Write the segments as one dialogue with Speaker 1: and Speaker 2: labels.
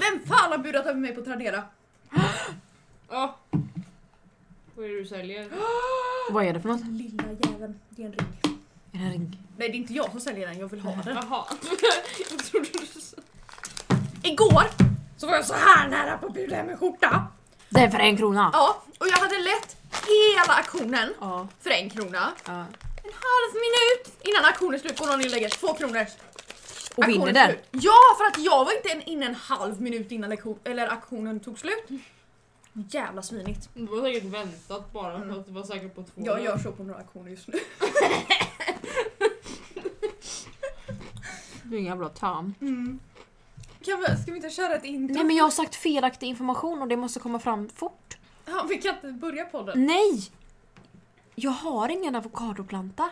Speaker 1: Vem fan har budat över mig på Tradera?
Speaker 2: Ja. Vad är det du säljer?
Speaker 3: Vad är det för något?
Speaker 1: Lilla jäveln, det är en ring.
Speaker 3: Är det en ring?
Speaker 1: Nej det är inte jag som säljer den, jag vill ha den.
Speaker 2: Jaha. jag trodde du sa...
Speaker 1: Igår så var jag så här nära på att buda hem en skjorta.
Speaker 3: Det är för en krona!
Speaker 1: Ja, och jag hade lett hela auktionen
Speaker 3: Ja.
Speaker 1: för en krona.
Speaker 3: ja.
Speaker 1: En halv minut innan auktionen är slut går någon in och lägger två kronor.
Speaker 3: Och
Speaker 1: Auktionen
Speaker 3: vinner
Speaker 1: är
Speaker 3: den.
Speaker 1: slut. Ja, för att jag var inte en- inne en halv minut innan lektion, eller auktionen tog slut. Jävla svinigt.
Speaker 2: Du har säkert väntat bara för att du var säker på två.
Speaker 1: Jag gör så på några auktioner just nu.
Speaker 3: Du är en jävla tam.
Speaker 1: Mm. Kan vi, ska vi inte köra ett intro?
Speaker 3: Nej men jag har sagt felaktig information och det måste komma fram fort.
Speaker 1: Ja, vi kan inte börja podden.
Speaker 3: Nej! Jag har ingen avokadoplanta.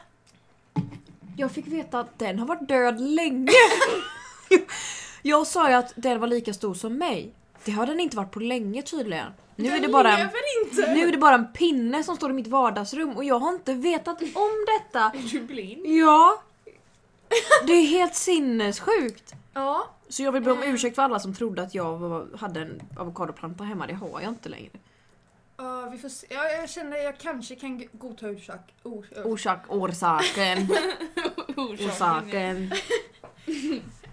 Speaker 3: Jag fick veta att den har varit död länge. jag sa ju att den var lika stor som mig. Det har den inte varit på länge tydligen. Nu är det bara
Speaker 1: Jag
Speaker 3: en
Speaker 1: lever inte!
Speaker 3: Nu är det bara en pinne som står i mitt vardagsrum och jag har inte vetat om detta.
Speaker 2: Är du blind?
Speaker 3: Ja. Det är helt sinnessjukt.
Speaker 1: Ja,
Speaker 3: Så jag vill be om ursäkt för alla som trodde att jag var, hade en avokadoplanta hemma. Det har jag inte längre.
Speaker 1: ja, vi får se. Ja, jag känner jag kanske kan g- godta orsak. Or,
Speaker 3: Orsak, orsaken,
Speaker 2: är-
Speaker 3: orsaken.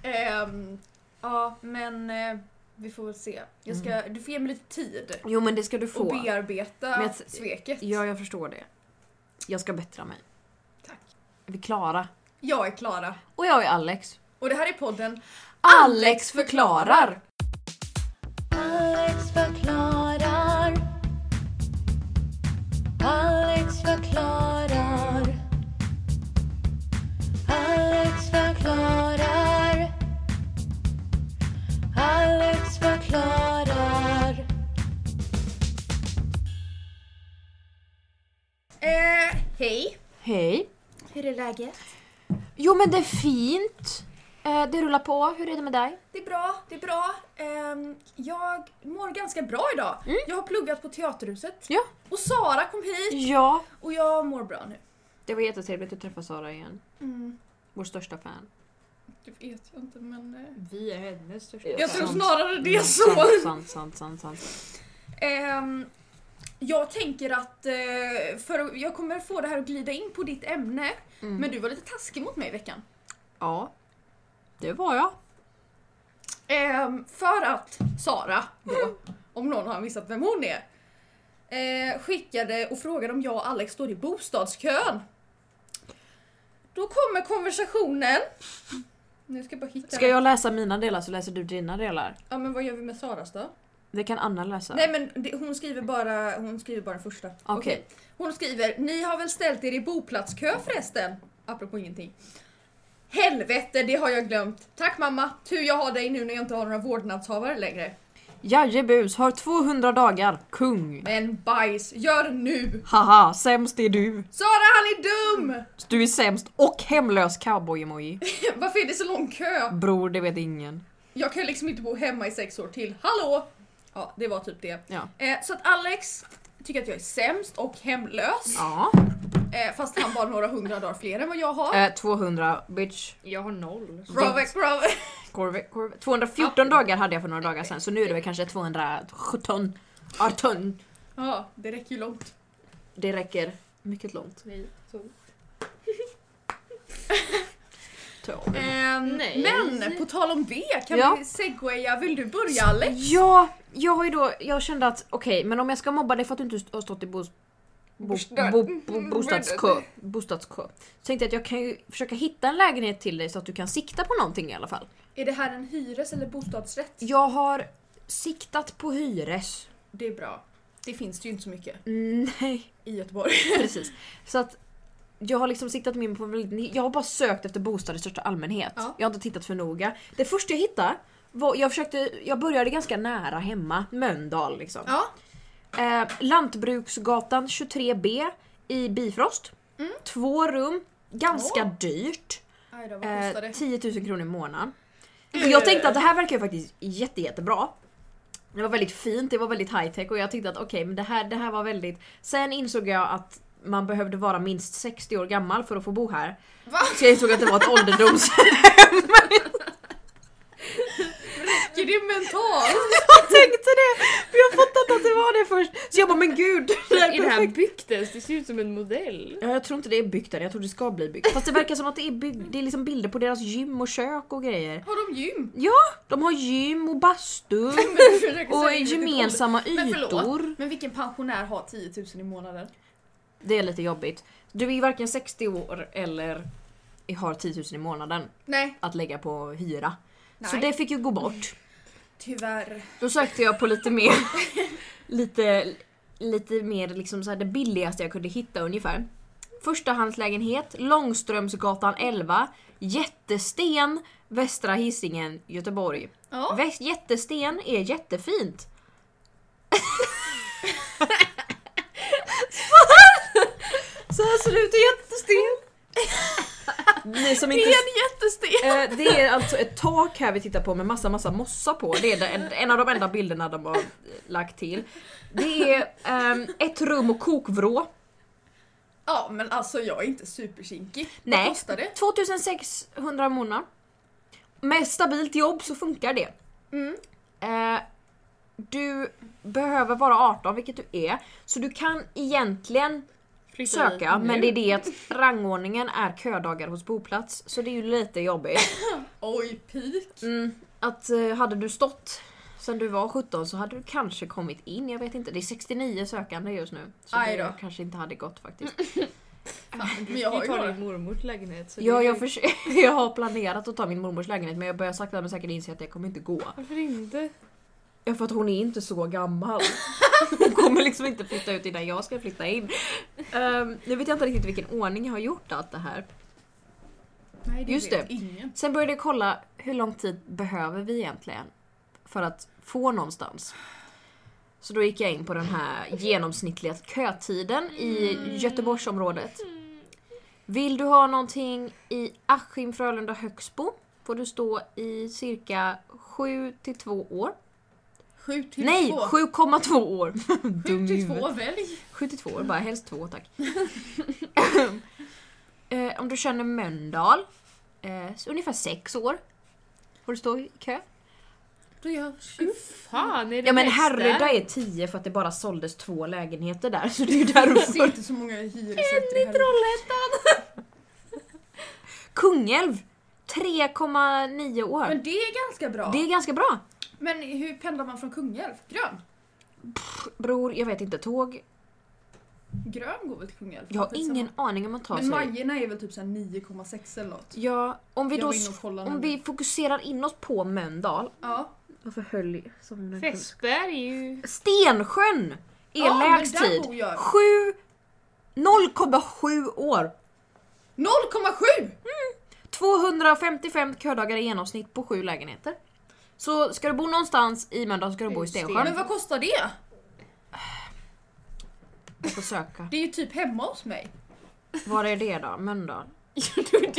Speaker 1: Ehm, ja, men eh, vi får väl se. Jag ska, Du får ge mig lite tid
Speaker 3: Jo men det ska du
Speaker 1: och
Speaker 3: få.
Speaker 1: bearbeta
Speaker 3: Mm. Men jag t-
Speaker 1: sveket.
Speaker 3: Ja jag förstår det. Jag ska bättra mig.
Speaker 1: Tack.
Speaker 3: Är vi klara?
Speaker 1: Jag är Klara
Speaker 3: Och jag är Alex.
Speaker 1: och det här är podden
Speaker 3: Alex förklarar!
Speaker 4: Alex förklarar. Alex förklarar. Alex förklarar. Alex förklarar.
Speaker 1: Eh, hej!
Speaker 3: Hej.
Speaker 1: Hur är läget?
Speaker 3: Jo men det är fint. Eh, Det rullar på. Hur är det med dig?
Speaker 1: Det är bra, det är bra. Ehm, jag mår ganska bra idag. Jag har pluggat på Teaterhuset.
Speaker 3: Mm. Ja. Mm.
Speaker 1: Och Sara kom hit
Speaker 3: Ja.
Speaker 1: och jag mår bra nu.
Speaker 3: Det var jättetrevligt att träffa Sara igen.
Speaker 1: Mm.
Speaker 3: Vår största fan.
Speaker 1: Det vet jag inte men... eh,
Speaker 2: Vi är hennes största
Speaker 3: Ja.
Speaker 1: Jag tror
Speaker 3: sant.
Speaker 1: snarare det
Speaker 3: Mm.
Speaker 1: är så.
Speaker 3: Sant, sant, sant, sant, sant.
Speaker 1: Ehm, jag tänker att eh, för, jag kommer få det här att glida in på ditt ämne,
Speaker 3: Mm.
Speaker 1: men du var lite taskig mot mig i veckan.
Speaker 3: Ja. Det var jag.
Speaker 1: Ehm, för att Sara,
Speaker 3: Mm.
Speaker 1: då, om någon har missat vem hon är, eh, skickade och frågade om jag och Alex står i bostadskön. Då kommer konversationen. Nu ska jag bara hitta
Speaker 3: Ska
Speaker 1: den.
Speaker 3: jag läsa mina delar så läser du dina delar.
Speaker 1: Ja men vad gör vi med Saras då?
Speaker 3: Det kan Anna läsa.
Speaker 1: Nej men det, hon skriver bara hon skriver bara första.
Speaker 3: Okej.
Speaker 1: Hon skriver “Ni har väl ställt er i boplatskö förresten?” Apropå ingenting. Helvete, det har jag glömt. Tack mamma, tur jag har dig nu när jag inte har några vårdnadshavare längre.
Speaker 3: Jajebus, har 200 dagar. Kung.
Speaker 1: Men bajs, gör nu!
Speaker 3: Haha, sämst är du.
Speaker 1: Sara han är dum!
Speaker 3: Du är sämst och hemlös cowboy-emoji.
Speaker 1: Varför är det så lång kö?
Speaker 3: Bror, det vet ingen.
Speaker 1: Jag kan ju liksom inte bo hemma i sex år till. Hallå! Ja, det var typ det.
Speaker 3: Ja.
Speaker 1: Eh, så att Alex tycker att jag är sämst och hemlös.
Speaker 3: Ja.
Speaker 1: Eh, fast han bara några hundra dagar fler än vad jag har.
Speaker 3: Eh, 200, bitch.
Speaker 2: Jag har noll.
Speaker 1: Bravo, bravo.
Speaker 3: Korve, korve. 214 dagar hade jag för några dagar sedan så nu är det väl kanske 217, 18.
Speaker 1: Ja, det räcker ju långt.
Speaker 3: Det räcker mycket långt.
Speaker 2: Nej. Så.
Speaker 1: Ehm,
Speaker 2: Nej.
Speaker 1: Men på tal om det, kan
Speaker 3: Ja.
Speaker 1: vi segwaya? Vill du börja Alex?
Speaker 3: Ja, jag har ju då, jag kände att okej, men om jag ska mobba dig för att du inte har stått i bos, bo, bo,
Speaker 1: Mm,
Speaker 3: bo, bostadskö, bostadskö. Så tänkte jag att jag kan ju försöka hitta en lägenhet till dig så att du kan sikta på någonting i alla fall.
Speaker 1: Är det här en hyres eller bostadsrätt?
Speaker 3: Jag har siktat på hyres.
Speaker 1: Det är bra. Det finns det ju inte så mycket
Speaker 3: Nej.
Speaker 1: i Göteborg.
Speaker 3: Precis. Så att jag har liksom siktat mig in på en väldigt, jag har bara sökt efter bostäder i största allmänhet.
Speaker 1: Ja.
Speaker 3: Jag har inte tittat för noga. Det första jag hittade var, jag försökte, jag började ganska nära hemma, Mölndal liksom.
Speaker 1: Ja.
Speaker 3: Eh, Lantbruksgatan 23B i Bifrost. Två rum, ganska dyrt.
Speaker 1: Aj då, vad kostar
Speaker 3: Eh,
Speaker 1: det?
Speaker 3: 10 000 kronor i månaden. Och jag tänkte att det här verkar ju faktiskt jätte, jättebra. Det var väldigt fint, det var väldigt high tech och jag tyckte att okej men det här, det här var väldigt... Sen insåg jag att man behövde vara minst 60 år gammal för att få bo här.
Speaker 1: Va?
Speaker 3: Så jag insåg att det var ett ålderdomshem.
Speaker 1: tänker det mentalt.
Speaker 3: Jag tänkte det! För jag fattade att det var det först. Så jag bara men gud! Det här
Speaker 2: Är det
Speaker 3: är
Speaker 2: här
Speaker 3: perfekt.
Speaker 2: Byktes? Det ser ut som en modell.
Speaker 3: Ja, jag tror inte det är byggt än, jag tror det ska bli byggt. Fast det verkar som att det är byggt, det är liksom bilder på deras gym och kök och grejer.
Speaker 1: Har de gym?
Speaker 3: De har gym och bastu
Speaker 1: Men du försöker
Speaker 3: och
Speaker 1: säga det
Speaker 3: gemensamma
Speaker 1: Men förlåt.
Speaker 3: ytor.
Speaker 1: Men vilken pensionär har 10 000 i månaden?
Speaker 3: Det är lite jobbigt. Du är ju varken 60 år eller har 10 000 i månaden
Speaker 1: Nej,
Speaker 3: att lägga på hyra. Så
Speaker 1: Nej.
Speaker 3: det fick ju gå bort.
Speaker 1: tyvärr.
Speaker 3: Då sökte jag på lite mer, lite, lite mer liksom så här det billigaste jag kunde hitta ungefär. Förstahandslägenhet, Långströmsgatan 11, Jättesten, Västra Hisingen, Göteborg.
Speaker 1: Ja.
Speaker 3: Väst, jättesten är jättefint. så här ser det ut i Jättesten. Ni som
Speaker 1: Det
Speaker 3: inte
Speaker 1: är en jättesten!
Speaker 3: Eh, det är alltså ett tak här vi tittar på med massa massa mossa på. Det är det- en, en av de enda bilderna de har eh, lagt till. Det är ehm, ett rum och kokvrå.
Speaker 1: Ja men alltså jag är inte superkinkig.
Speaker 3: Nej.
Speaker 1: Vad kostar det?
Speaker 3: 2600 i månaden. Med stabilt jobb så funkar det.
Speaker 1: Mm.
Speaker 3: Eh, du behöver vara 18, vilket du är. Så du kan egentligen
Speaker 2: Flyttar
Speaker 3: söka,
Speaker 2: dit nu.
Speaker 3: men det är det att rangordningen är ködagar hos boplats. Så det är ju lite jobbigt.
Speaker 1: Oj, peak.
Speaker 3: Mm, att eh, hade du stått sen du var 17 så hade du kanske kommit in, jag vet inte. Det är 69 sökande just nu. Så
Speaker 1: Aj
Speaker 3: det
Speaker 1: då.
Speaker 3: kanske inte hade gått faktiskt.
Speaker 1: Fan, men
Speaker 2: Vi
Speaker 1: jag har ju
Speaker 2: tar
Speaker 1: några.
Speaker 2: din mormors lägenhet. så
Speaker 3: Ja,
Speaker 2: det-
Speaker 3: jag, förs- jag har planerat att ta min mormors lägenhet men jag börjar sakta men säkert inse att det kommer inte gå.
Speaker 2: Varför inte?
Speaker 3: Ja, för att hon är inte så gammal. Hon kommer liksom inte flytta ut innan jag ska flytta in. Ehm, nu vet jag inte riktigt vilken ordning jag har gjort allt det här.
Speaker 1: Nej,
Speaker 3: Just
Speaker 1: vet
Speaker 3: det.
Speaker 1: Ingen.
Speaker 3: Sen började jag kolla hur lång tid behöver vi egentligen för att få någonstans. Så då gick jag in på den här genomsnittliga kötiden i
Speaker 1: Mm.
Speaker 3: Göteborgsområdet. Vill du ha någonting i Askim, Frölunda, Högsbo får du stå i cirka 7 till 2 år.
Speaker 1: 7 till
Speaker 3: Nej,
Speaker 1: 2.
Speaker 3: 7,2 år.
Speaker 1: 7
Speaker 3: Dum i
Speaker 1: till
Speaker 3: huvudet.
Speaker 1: 2, välj.
Speaker 3: 72 år, bara helst två tack. eh, om du känner Mölndal, eh, så ungefär sex år. Får du stå i kö?
Speaker 1: Då gör
Speaker 2: Hur fan är det
Speaker 3: Ja men
Speaker 2: bästa?
Speaker 3: Härryda är 10 för att det bara såldes två lägenheter där så det är ju
Speaker 1: jag ser
Speaker 3: därför.
Speaker 1: inte så många hyresrätter i Härryda.
Speaker 3: Kungälv 3,9 år.
Speaker 1: Men det är ganska bra.
Speaker 3: Det är ganska bra.
Speaker 1: Men hur pendlar man från Kungälv? Grön?
Speaker 3: Bror, jag vet inte, tåg.
Speaker 1: Grön går väl till Kungälv?
Speaker 3: Jag har
Speaker 1: Skitsamma.
Speaker 3: ingen aning om man tar
Speaker 1: Men
Speaker 3: sig.
Speaker 1: Majorna är väl typ såhär 9,6 eller något.
Speaker 3: Ja, om vi
Speaker 1: Jag
Speaker 3: då
Speaker 1: var inne och kollade
Speaker 3: om
Speaker 1: nu.
Speaker 3: vi fokuserar in oss på Mölndal.
Speaker 1: Ja.
Speaker 3: Varför höll jag? som en-
Speaker 2: Fässberg är ju...
Speaker 3: Stensjön är
Speaker 1: Ja, men
Speaker 3: lägst
Speaker 1: där
Speaker 3: tid.
Speaker 1: bor jag.
Speaker 3: 7 0,7 år.
Speaker 1: 0,7!
Speaker 3: 255 ködagar i genomsnitt på 7 lägenheter. Så ska du bo någonstans i Mölndal ska du bo i
Speaker 2: Sten.
Speaker 3: Stensjön.
Speaker 1: Men vad kostar det?
Speaker 3: Du får söka.
Speaker 1: Det är ju typ hemma hos mig.
Speaker 3: Var är det då? Mölndal?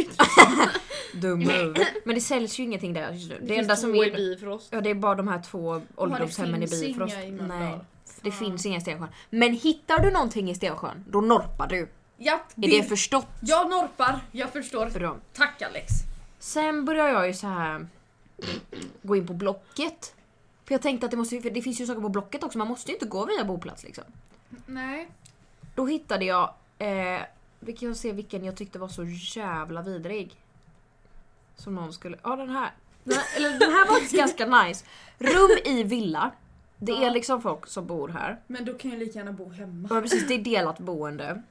Speaker 3: Dum huvud. Men det säljs ju ingenting där just nu. Det, enda som
Speaker 2: är...
Speaker 3: är...
Speaker 2: Bifrost.
Speaker 3: Ja det är bara de här två ålderdomshemmen i
Speaker 1: finns inga
Speaker 3: Bifrost.
Speaker 1: i Mölndal.
Speaker 3: Nej. Det
Speaker 1: Fan.
Speaker 3: finns inga i Stensjön. Men hittar du någonting i Stensjön, då norpar du.
Speaker 1: Japp,
Speaker 3: Är
Speaker 1: det
Speaker 3: det förstått?
Speaker 1: Jag norpar, jag förstår.
Speaker 3: Bra.
Speaker 1: Tack Alex.
Speaker 3: Sen börjar jag ju så här gå in på Blocket. För jag tänkte att det, måste, ju- för det finns ju saker på Blocket också, man måste ju inte gå via boplats liksom.
Speaker 1: Nej.
Speaker 3: Då hittade jag, eh, vi kan se vilken jag tyckte var så jävla vidrig. Som någon skulle, ja den här. Den här, eller, den här var faktiskt ganska nice. Rum i villa. Det är liksom folk som bor här.
Speaker 1: Men då kan jag lika gärna bo hemma.
Speaker 3: Ja precis, det är delat boende.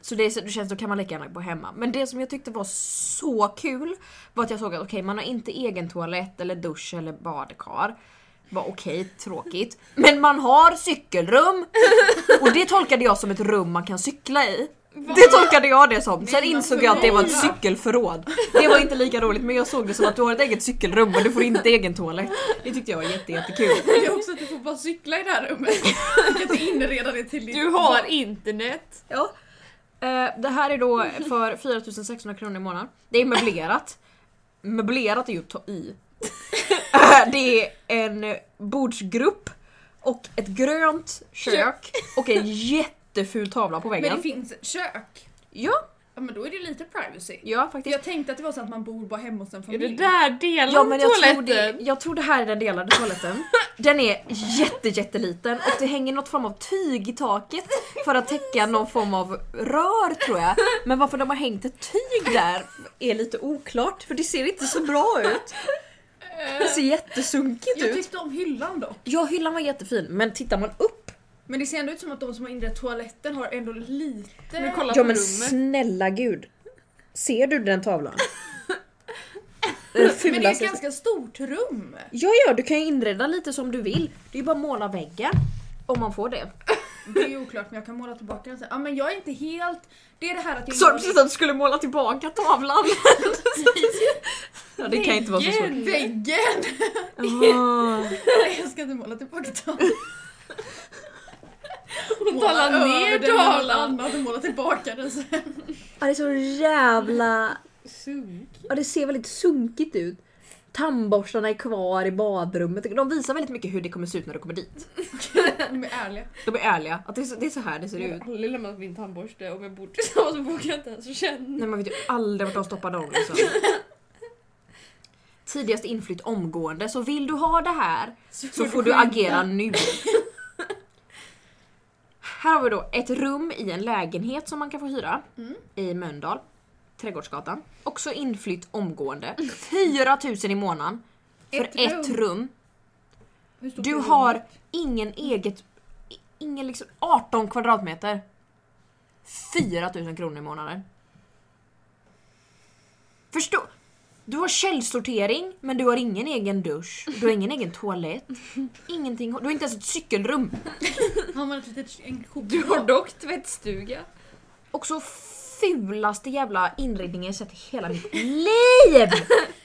Speaker 3: Så det, är, så- det känns, då kan man lika gärna bo hemma. Men det som jag tyckte var så kul var att jag såg att okej, man har inte egen toalett eller dusch eller badkar. Var okej, tråkigt. Men man har cykelrum! Och det tolkade jag som ett rum man kan cykla i. Det tolkade jag det som. Sen
Speaker 1: Men
Speaker 3: insåg jag att det var ett
Speaker 1: förlåt.
Speaker 3: cykelförråd. Det var inte lika roligt men jag såg det som att du har ett eget cykelrum men du får inte egen toalett. Det tyckte jag var jätte, jättekul.
Speaker 1: Det är också att du får bara cykla i det här rummet. Du kan inte inreda det till ditt
Speaker 2: Du har internet.
Speaker 3: Ja. Eh, det här är då för 4600 kronor i månaden. Det är möblerat. Möblerat är ju att ta i. Eh, det är en bordsgrupp och ett grönt kök och en jätteful tavla på
Speaker 1: Men
Speaker 3: väggen.
Speaker 1: det finns kök.
Speaker 3: Ja,
Speaker 1: Ja men då är det lite privacy.
Speaker 3: Ja faktiskt.
Speaker 1: Jag tänkte att det var så att man bor bara hemma hos en
Speaker 2: Är
Speaker 1: familj.
Speaker 2: det där delade
Speaker 3: Ja, men jag, tror det,
Speaker 2: toaletten?
Speaker 3: jag tror det här är den delade toaletten. Den är jätte jätteliten och det hänger något form av tyg i taket för att täcka någon form av rör tror jag. Men varför de har hängt ett tyg där är lite oklart för det ser inte så bra ut. Det ser jättesunkigt
Speaker 1: Jag
Speaker 3: ut.
Speaker 1: tyckte om hyllan dock.
Speaker 3: Ja hyllan var jättefin men tittar man upp,
Speaker 1: Men det ser ändå ut som att de som har inrett toaletten har ändå lite...
Speaker 2: Men kolla
Speaker 3: ja
Speaker 2: på
Speaker 3: men
Speaker 2: rummet.
Speaker 3: snälla gud. Ser du den tavlan?
Speaker 1: men det är ett ganska stort rum.
Speaker 3: Ja, ja, du kan ju inreda lite som du vill. Det är ju bara att måla väggen. Om man får det.
Speaker 1: Det är oklart men jag kan måla tillbaka den sen. Ja men jag är inte helt... Det är det här att jag...
Speaker 3: Sa du precis att du skulle måla tillbaka tavlan? ja, det kan inte vara så svårt.
Speaker 1: Väggen!
Speaker 3: Ah.
Speaker 1: Nej jag ska inte måla tillbaka tavlan.
Speaker 2: Hon talar ner tavlan.
Speaker 1: och måla tillbaka den sen.
Speaker 3: Ja, det är så jävla...
Speaker 2: Sunk.
Speaker 3: Ja, det ser väldigt sunkigt ut. Tandborstarna är kvar i badrummet. De visar väldigt mycket hur det kommer se ut när du kommer dit.
Speaker 1: De är ärliga.
Speaker 3: De är ärliga. Att det, är så, det är så här det ser
Speaker 2: Jag
Speaker 3: ut.
Speaker 2: har aldrig lämnat min tandborste om jag bor tillsammans så vågar jag inte ens känna.
Speaker 3: Nej, man vet ju aldrig vart de stoppar dem. Liksom. Tidigast inflytt omgående, så vill du ha det här Så får du agera nu. Här har vi då ett rum i en lägenhet som man kan få hyra
Speaker 1: Mm.
Speaker 3: i Mölndal, Trädgårdsgatan. Också inflytt omgående. 4000 i månaden för ett,
Speaker 1: Ett
Speaker 3: rum.
Speaker 1: rum. Hur stort
Speaker 3: Du
Speaker 1: är rummet?
Speaker 3: har ingen eget... Ingen liksom 18 kvadratmeter. 4000 kronor i månaden. Förstå? Du har källsortering, men du har ingen egen dusch. Du har ingen egen toalett. Ingenting. Du har inte ens ett cykelrum.
Speaker 1: Har man ett litet en kod?
Speaker 2: Du har dock tvättstuga.
Speaker 3: Också fulaste jävla inredningen jag sett i hela mitt liv!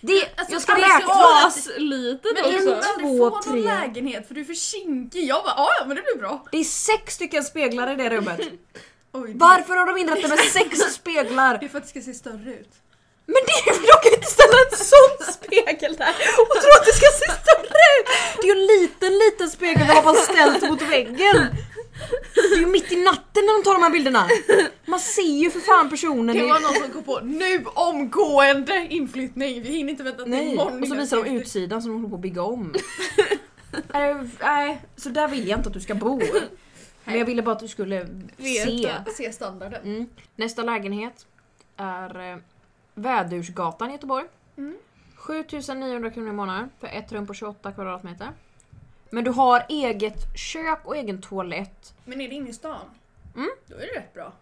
Speaker 3: Det, jag ska
Speaker 1: Alltså, det är
Speaker 3: räkna.
Speaker 1: så-
Speaker 2: Asliten
Speaker 1: Men
Speaker 3: det
Speaker 1: du
Speaker 3: är
Speaker 1: kommer
Speaker 2: också.
Speaker 3: så-
Speaker 1: aldrig få
Speaker 3: Två,
Speaker 1: någon
Speaker 3: tre.
Speaker 1: lägenhet för du är för kinkig. Jag bara ja ja, men det blir bra.
Speaker 3: Det är sex stycken speglar i det rummet.
Speaker 1: Oj, det-
Speaker 3: Varför har de inrett det med sex speglar?
Speaker 1: Det är för att det ska se större ut.
Speaker 3: Men det är ju- de kan ju inte ställa en sån spegel där och tro att det ska se större ut! Det är ju en liten, liten spegel de har bara ställt mot väggen. Det är ju mitt i natten när de tar de här bilderna. Man ser ju för fan personen.
Speaker 1: Det
Speaker 3: i-
Speaker 1: var någon som kom på nu omgående inflyttning. Vi hinner inte vänta till
Speaker 3: Nej,
Speaker 1: imorgon.
Speaker 3: och så
Speaker 1: innan
Speaker 3: visar de
Speaker 1: vi-
Speaker 3: utsidan som de håller på att bygga om. Eh, Nej, så där vill jag inte att du ska bo. Men jag ville bara att du skulle se.
Speaker 1: Veta. Se standarden.
Speaker 3: Mm. Nästa lägenhet är eh, Vädursgatan i Göteborg.
Speaker 1: Mm.
Speaker 3: 7900 kronor i månaden för ett rum på 28 kvadratmeter. Men du har eget kök och egen toalett
Speaker 1: Men är det inne i stan?
Speaker 3: Mm.
Speaker 1: Då är det rätt bra.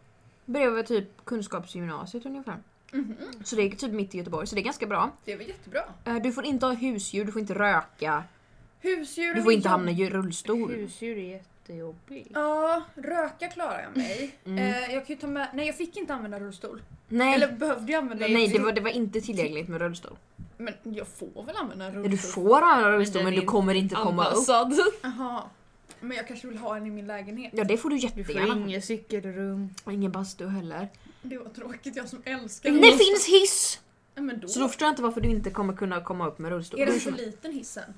Speaker 3: bredvid typ kunskapsgymnasiet ungefär.
Speaker 1: Mhm.
Speaker 3: Så det är typ mitt i Göteborg, så det är ganska bra.
Speaker 1: Det är väl jättebra.
Speaker 3: Eh, Du får inte ha husdjur, du får inte röka,
Speaker 1: Husdjur
Speaker 3: du
Speaker 1: är
Speaker 3: får inte
Speaker 1: jobb-
Speaker 3: hamna i rullstol.
Speaker 2: Husdjur är jättejobbigt.
Speaker 1: Ja, röka klarar jag mig.
Speaker 3: Mm.
Speaker 1: Eh, jag kan ju ta med... Nej jag fick inte använda rullstol.
Speaker 3: Nej,
Speaker 1: Eller behövde jag använda
Speaker 3: nej det, Mm.
Speaker 1: rullstol?
Speaker 3: var, det var inte tillgängligt med rullstol.
Speaker 1: Men jag får väl använda en
Speaker 3: Ja,
Speaker 1: rullstol?
Speaker 3: Du får använda rullstol
Speaker 2: den
Speaker 3: men
Speaker 2: är
Speaker 3: du kommer inte komma upp.
Speaker 2: Anpassad.
Speaker 1: Jaha. Men jag kanske vill ha en i min lägenhet.
Speaker 3: Ja det får du
Speaker 2: Du får
Speaker 3: jättegärna.
Speaker 2: inget cykelrum.
Speaker 3: Och ingen bastu heller.
Speaker 1: Det var tråkigt, jag som älskar
Speaker 3: Det
Speaker 1: rullstol.
Speaker 3: finns hiss!
Speaker 1: Nej, men då.
Speaker 3: Så då förstår jag inte varför du inte kommer kunna komma upp med rullstol.
Speaker 1: Är den
Speaker 3: Hur
Speaker 1: för
Speaker 3: som helst.
Speaker 1: liten hissen?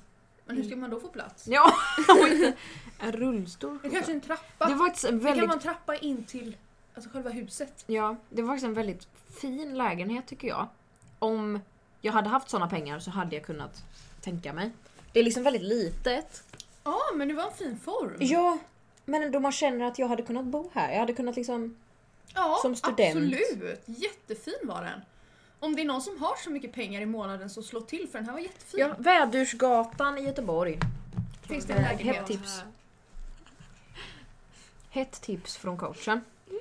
Speaker 1: Men hur
Speaker 3: Mm.
Speaker 1: ska man då få plats?
Speaker 3: Ja, och inte en rullstol.
Speaker 1: Det kanske är en trappa?
Speaker 3: Det var faktiskt en
Speaker 1: Det kan
Speaker 3: väldigt,
Speaker 1: man trappa in till alltså, själva huset.
Speaker 3: ja, det var faktiskt en väldigt fin lägenhet tycker jag. Om jag hade haft såna pengar så hade jag kunnat tänka mig. Det är liksom väldigt litet.
Speaker 1: Ja, men det var en fin form.
Speaker 3: Mm. Ja, men ändå man känner att jag hade kunnat bo här. Jag hade kunnat liksom...
Speaker 1: Ja,
Speaker 3: Som student.
Speaker 1: absolut. Jättefin var den. Om det är någon som har så mycket pengar i månaden så slå till för den här var jättefin.
Speaker 3: Ja, Vädursgatan i Göteborg.
Speaker 1: Finns det
Speaker 3: Eh,
Speaker 1: en lägenhet?
Speaker 3: hett tips. Hett tips från coachen.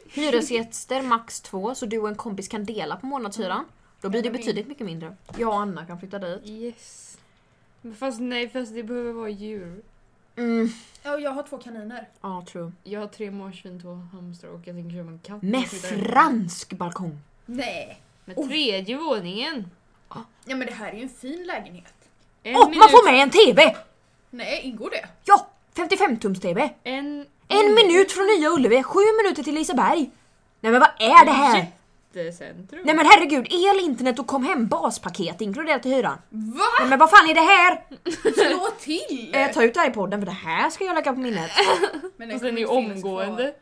Speaker 3: Hyresgäster max två så du och en kompis kan dela på månadshyran. Då blir det betydligt mycket mindre. Jag och Anna kan flytta dit.
Speaker 2: Yes. Men fast nej, fast det behöver vara djur.
Speaker 3: Mm,
Speaker 1: Ja, och jag har två kaniner.
Speaker 3: ja true.
Speaker 2: Jag har tre marsvin, två hamstrar och jag tänker köpa en katt.
Speaker 3: Med fransk balkong.
Speaker 1: Nej.
Speaker 2: Med tredje våningen.
Speaker 1: Ja, men det här är ju en fin lägenhet.
Speaker 2: En
Speaker 3: Och man
Speaker 2: minut-
Speaker 3: får med en TV!
Speaker 1: Nej, ingår det?
Speaker 3: Ja! 55-tums-TV.
Speaker 2: En,
Speaker 3: En minut från Nya Ullevi, sju minuter till Liseberg. Nej men vad är det här?
Speaker 2: Jättecentrum.
Speaker 3: Nej men herregud, el, internet och kom hem baspaket inkluderat i hyran.
Speaker 1: Va?
Speaker 3: Nej men vad fan är det här?
Speaker 1: Slå till!
Speaker 3: Eh, ta ut det här i podden för det här ska jag lägga på minnet.
Speaker 1: Men
Speaker 2: Och
Speaker 1: kommer
Speaker 2: Alltså, den är ju
Speaker 1: inte finnas kvar.
Speaker 2: omgående.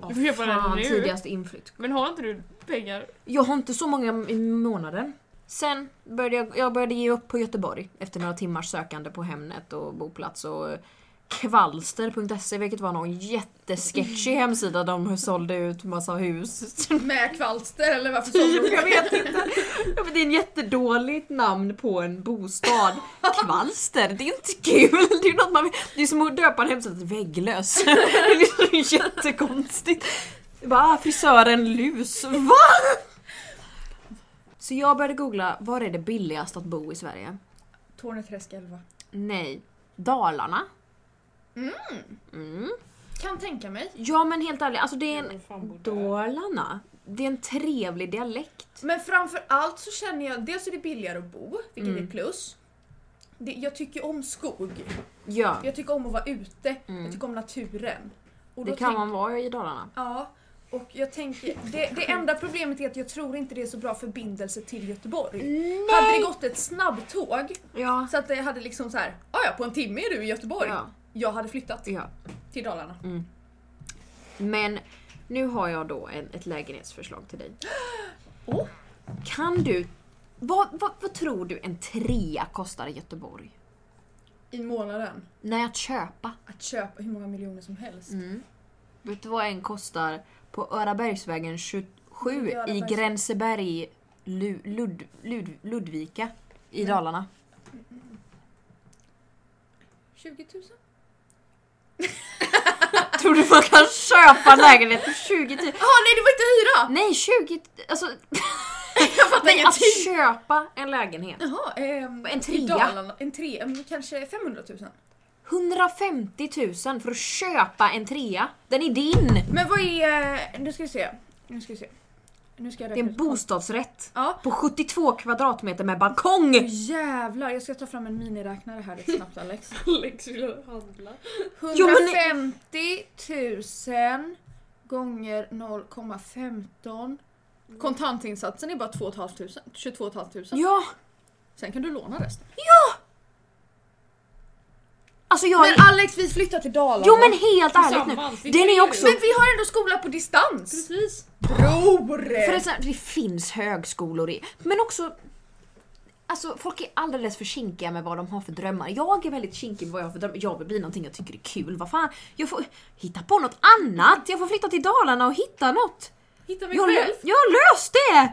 Speaker 3: Åh,
Speaker 2: Du får köpa den
Speaker 3: fan,
Speaker 2: nu.
Speaker 3: tidigast inflytt.
Speaker 2: Men har inte du pengar?
Speaker 3: Jag har inte så många i månaden. Sen började jag, jag började ge upp på Göteborg efter några timmars sökande på Hemnet och Boplats och kvalster.se E, vilket var någon jättesketchig hemsida de sålde ut massa hus.
Speaker 1: Med kvalster eller varför sålde de?
Speaker 3: Jag vet inte. Ja, men det är en jättedåligt namn på en bostad. Kvalster, det är inte kul. Det är, något man, det är som att döpa en hemsida till vägglös. Det är liksom jättekonstigt. Va? Frisören Lus. Va? Så jag började googla, var är det billigast att bo i Sverige?
Speaker 1: Torneträsk 11.
Speaker 3: Nej. Dalarna? Mm.
Speaker 1: Kan tänka mig.
Speaker 3: Ja men helt ärligt, alltså det är en...
Speaker 2: Vad fan borde jag-
Speaker 3: Dalarna? Det är en trevlig dialekt.
Speaker 1: Men framför allt så känner jag, dels är det billigare att bo, vilket
Speaker 3: Mm.
Speaker 1: är plus. Det, jag tycker om skog.
Speaker 3: Ja.
Speaker 1: Jag tycker om att vara ute.
Speaker 3: Mm.
Speaker 1: Jag tycker om naturen. Och
Speaker 3: Det
Speaker 1: då
Speaker 3: kan
Speaker 1: tänk-
Speaker 3: man vara i Dalarna.
Speaker 1: Ja, och jag tänker, det, det enda problemet är att jag tror inte det är så bra förbindelse till Göteborg. Hade det gått ett snabbtåg
Speaker 3: Ja.
Speaker 1: så att det hade liksom så här, "Ah, ja på en timme är du i Göteborg.
Speaker 3: Ja. Mm.
Speaker 1: Jag hade flyttat
Speaker 3: ja.
Speaker 1: till Dalarna.
Speaker 3: Men nu har jag då en, ett lägenhetsförslag till dig.
Speaker 1: Åh.
Speaker 3: Kan du... Vad, vad, vad tror du en trea kostar i Göteborg?
Speaker 1: I månaden.
Speaker 3: Nej, att köpa.
Speaker 1: Att köpa hur många miljoner som helst.
Speaker 3: Mm. Vet du vad en kostar på Örabergsvägen 27 i
Speaker 1: Örabergs-
Speaker 3: Gränseberg, Lu, Lud, Lud, Ludvika i
Speaker 1: Mm.
Speaker 3: Dalarna?
Speaker 1: 20 000?
Speaker 3: Tror du man kan köpa en lägenhet för 20 000?
Speaker 1: Ja, nej det var inte hyra!
Speaker 3: Nej, 20... Alltså...
Speaker 1: Jag fattar
Speaker 3: Nej, att
Speaker 1: ingenting!
Speaker 3: köpa en lägenhet.
Speaker 1: Jaha, ehm,
Speaker 3: En
Speaker 1: i
Speaker 3: trea.
Speaker 1: Dalarna, en trea, mm, kanske 500 000.
Speaker 3: 150 000 för att köpa en trea. Den är din!
Speaker 1: Men vad är, eh, nu ska vi se, nu ska vi se. Nu ska jag
Speaker 3: Det är
Speaker 1: räkna
Speaker 3: en
Speaker 1: ut.
Speaker 3: bostadsrätt
Speaker 1: Ja.
Speaker 3: på 72 kvadratmeter med balkong!
Speaker 1: Åh, jävlar, jag ska ta fram en miniräknare här lite snabbt Alex.
Speaker 2: Lex vill handla.
Speaker 1: 150 000 gånger 0,15
Speaker 3: Mm.
Speaker 1: Kontantinsatsen är bara 2 500, 22 500.
Speaker 3: Ja,
Speaker 1: Sen kan du låna resten.
Speaker 3: alltså jag...
Speaker 1: Men Alex vi flyttar till Dalarna.
Speaker 3: jo men helt ärligt
Speaker 2: Tillsammans,
Speaker 3: nu,
Speaker 2: det
Speaker 3: den
Speaker 2: är
Speaker 3: är
Speaker 2: ju-
Speaker 3: också...
Speaker 1: Men vi har ändå skola på distans!
Speaker 2: Precis.
Speaker 1: Bror!
Speaker 3: Förresten, det finns högskolor i... Men också... Alltså folk är alldeles för kinkiga med vad de har för drömmar. Jag är väldigt kinkig med vad jag har för drömmar. Jag vill bli någonting jag tycker är kul, vad fan. Jag får hitta på något annat! Jag får flytta till Dalarna och hitta något!
Speaker 1: Hitta mig
Speaker 3: Jag,
Speaker 1: själv!
Speaker 3: lö- jag har löst det!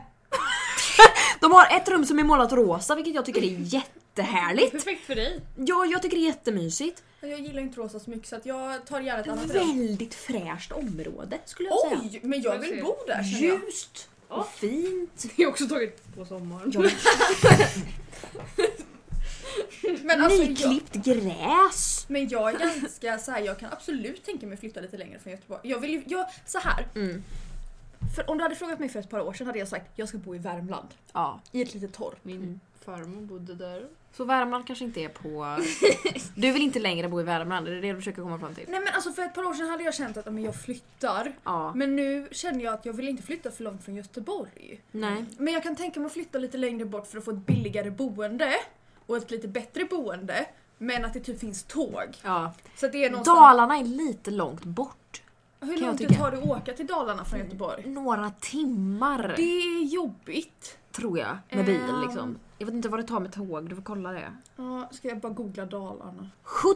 Speaker 3: De har ett rum som är målat rosa vilket jag tycker är jättehärligt.
Speaker 2: Perfekt för dig.
Speaker 3: Ja, jag tycker det är jättemysigt.
Speaker 1: Jag gillar inte rosa så mycket så att jag tar gärna ett annat rum.
Speaker 3: Väldigt fräscht område skulle jag säga.
Speaker 1: Oj! Men jag vill bo där känner jag.
Speaker 3: Ljust och fint.
Speaker 2: Det är också taget på sommaren.
Speaker 3: Ja,
Speaker 1: Men alltså jag,
Speaker 3: nyklippt gräs.
Speaker 1: men jag är ganska så här, jag kan absolut tänka mig flytta lite längre från Göteborg. Jag vill ju, jag, så här.
Speaker 3: Mm.
Speaker 1: För om du hade frågat mig för ett par år sedan hade jag sagt jag ska bo i Värmland.
Speaker 3: Ja.
Speaker 1: I ett litet torp.
Speaker 2: Min farmor bodde där.
Speaker 3: Så Värmland kanske inte är på... Du vill inte längre bo i Värmland, är det det du försöker komma fram till?
Speaker 1: Nej men alltså för ett par år sedan hade jag känt att ja, men jag flyttar.
Speaker 3: Ja.
Speaker 1: Men nu känner jag att jag vill inte flytta för långt från Göteborg.
Speaker 3: Nej.
Speaker 1: Men jag kan tänka mig att flytta lite längre bort för att få ett billigare boende. Och ett lite bättre boende. Men att det typ finns tåg.
Speaker 3: Ja.
Speaker 1: Så att det är någonstans...
Speaker 3: Dalarna är lite långt bort.
Speaker 1: Hur
Speaker 3: kan jag
Speaker 1: långt det
Speaker 3: tycka.
Speaker 1: tar det att åka till Dalarna från Göteborg?
Speaker 3: Några timmar.
Speaker 1: Det är jobbigt.
Speaker 3: Tror jag. Med bil
Speaker 1: Ehm.
Speaker 3: liksom. Jag vet inte vad det tar med tåg, du får kolla det.
Speaker 1: Ja, ska jag bara googla Dalarna? Alltså,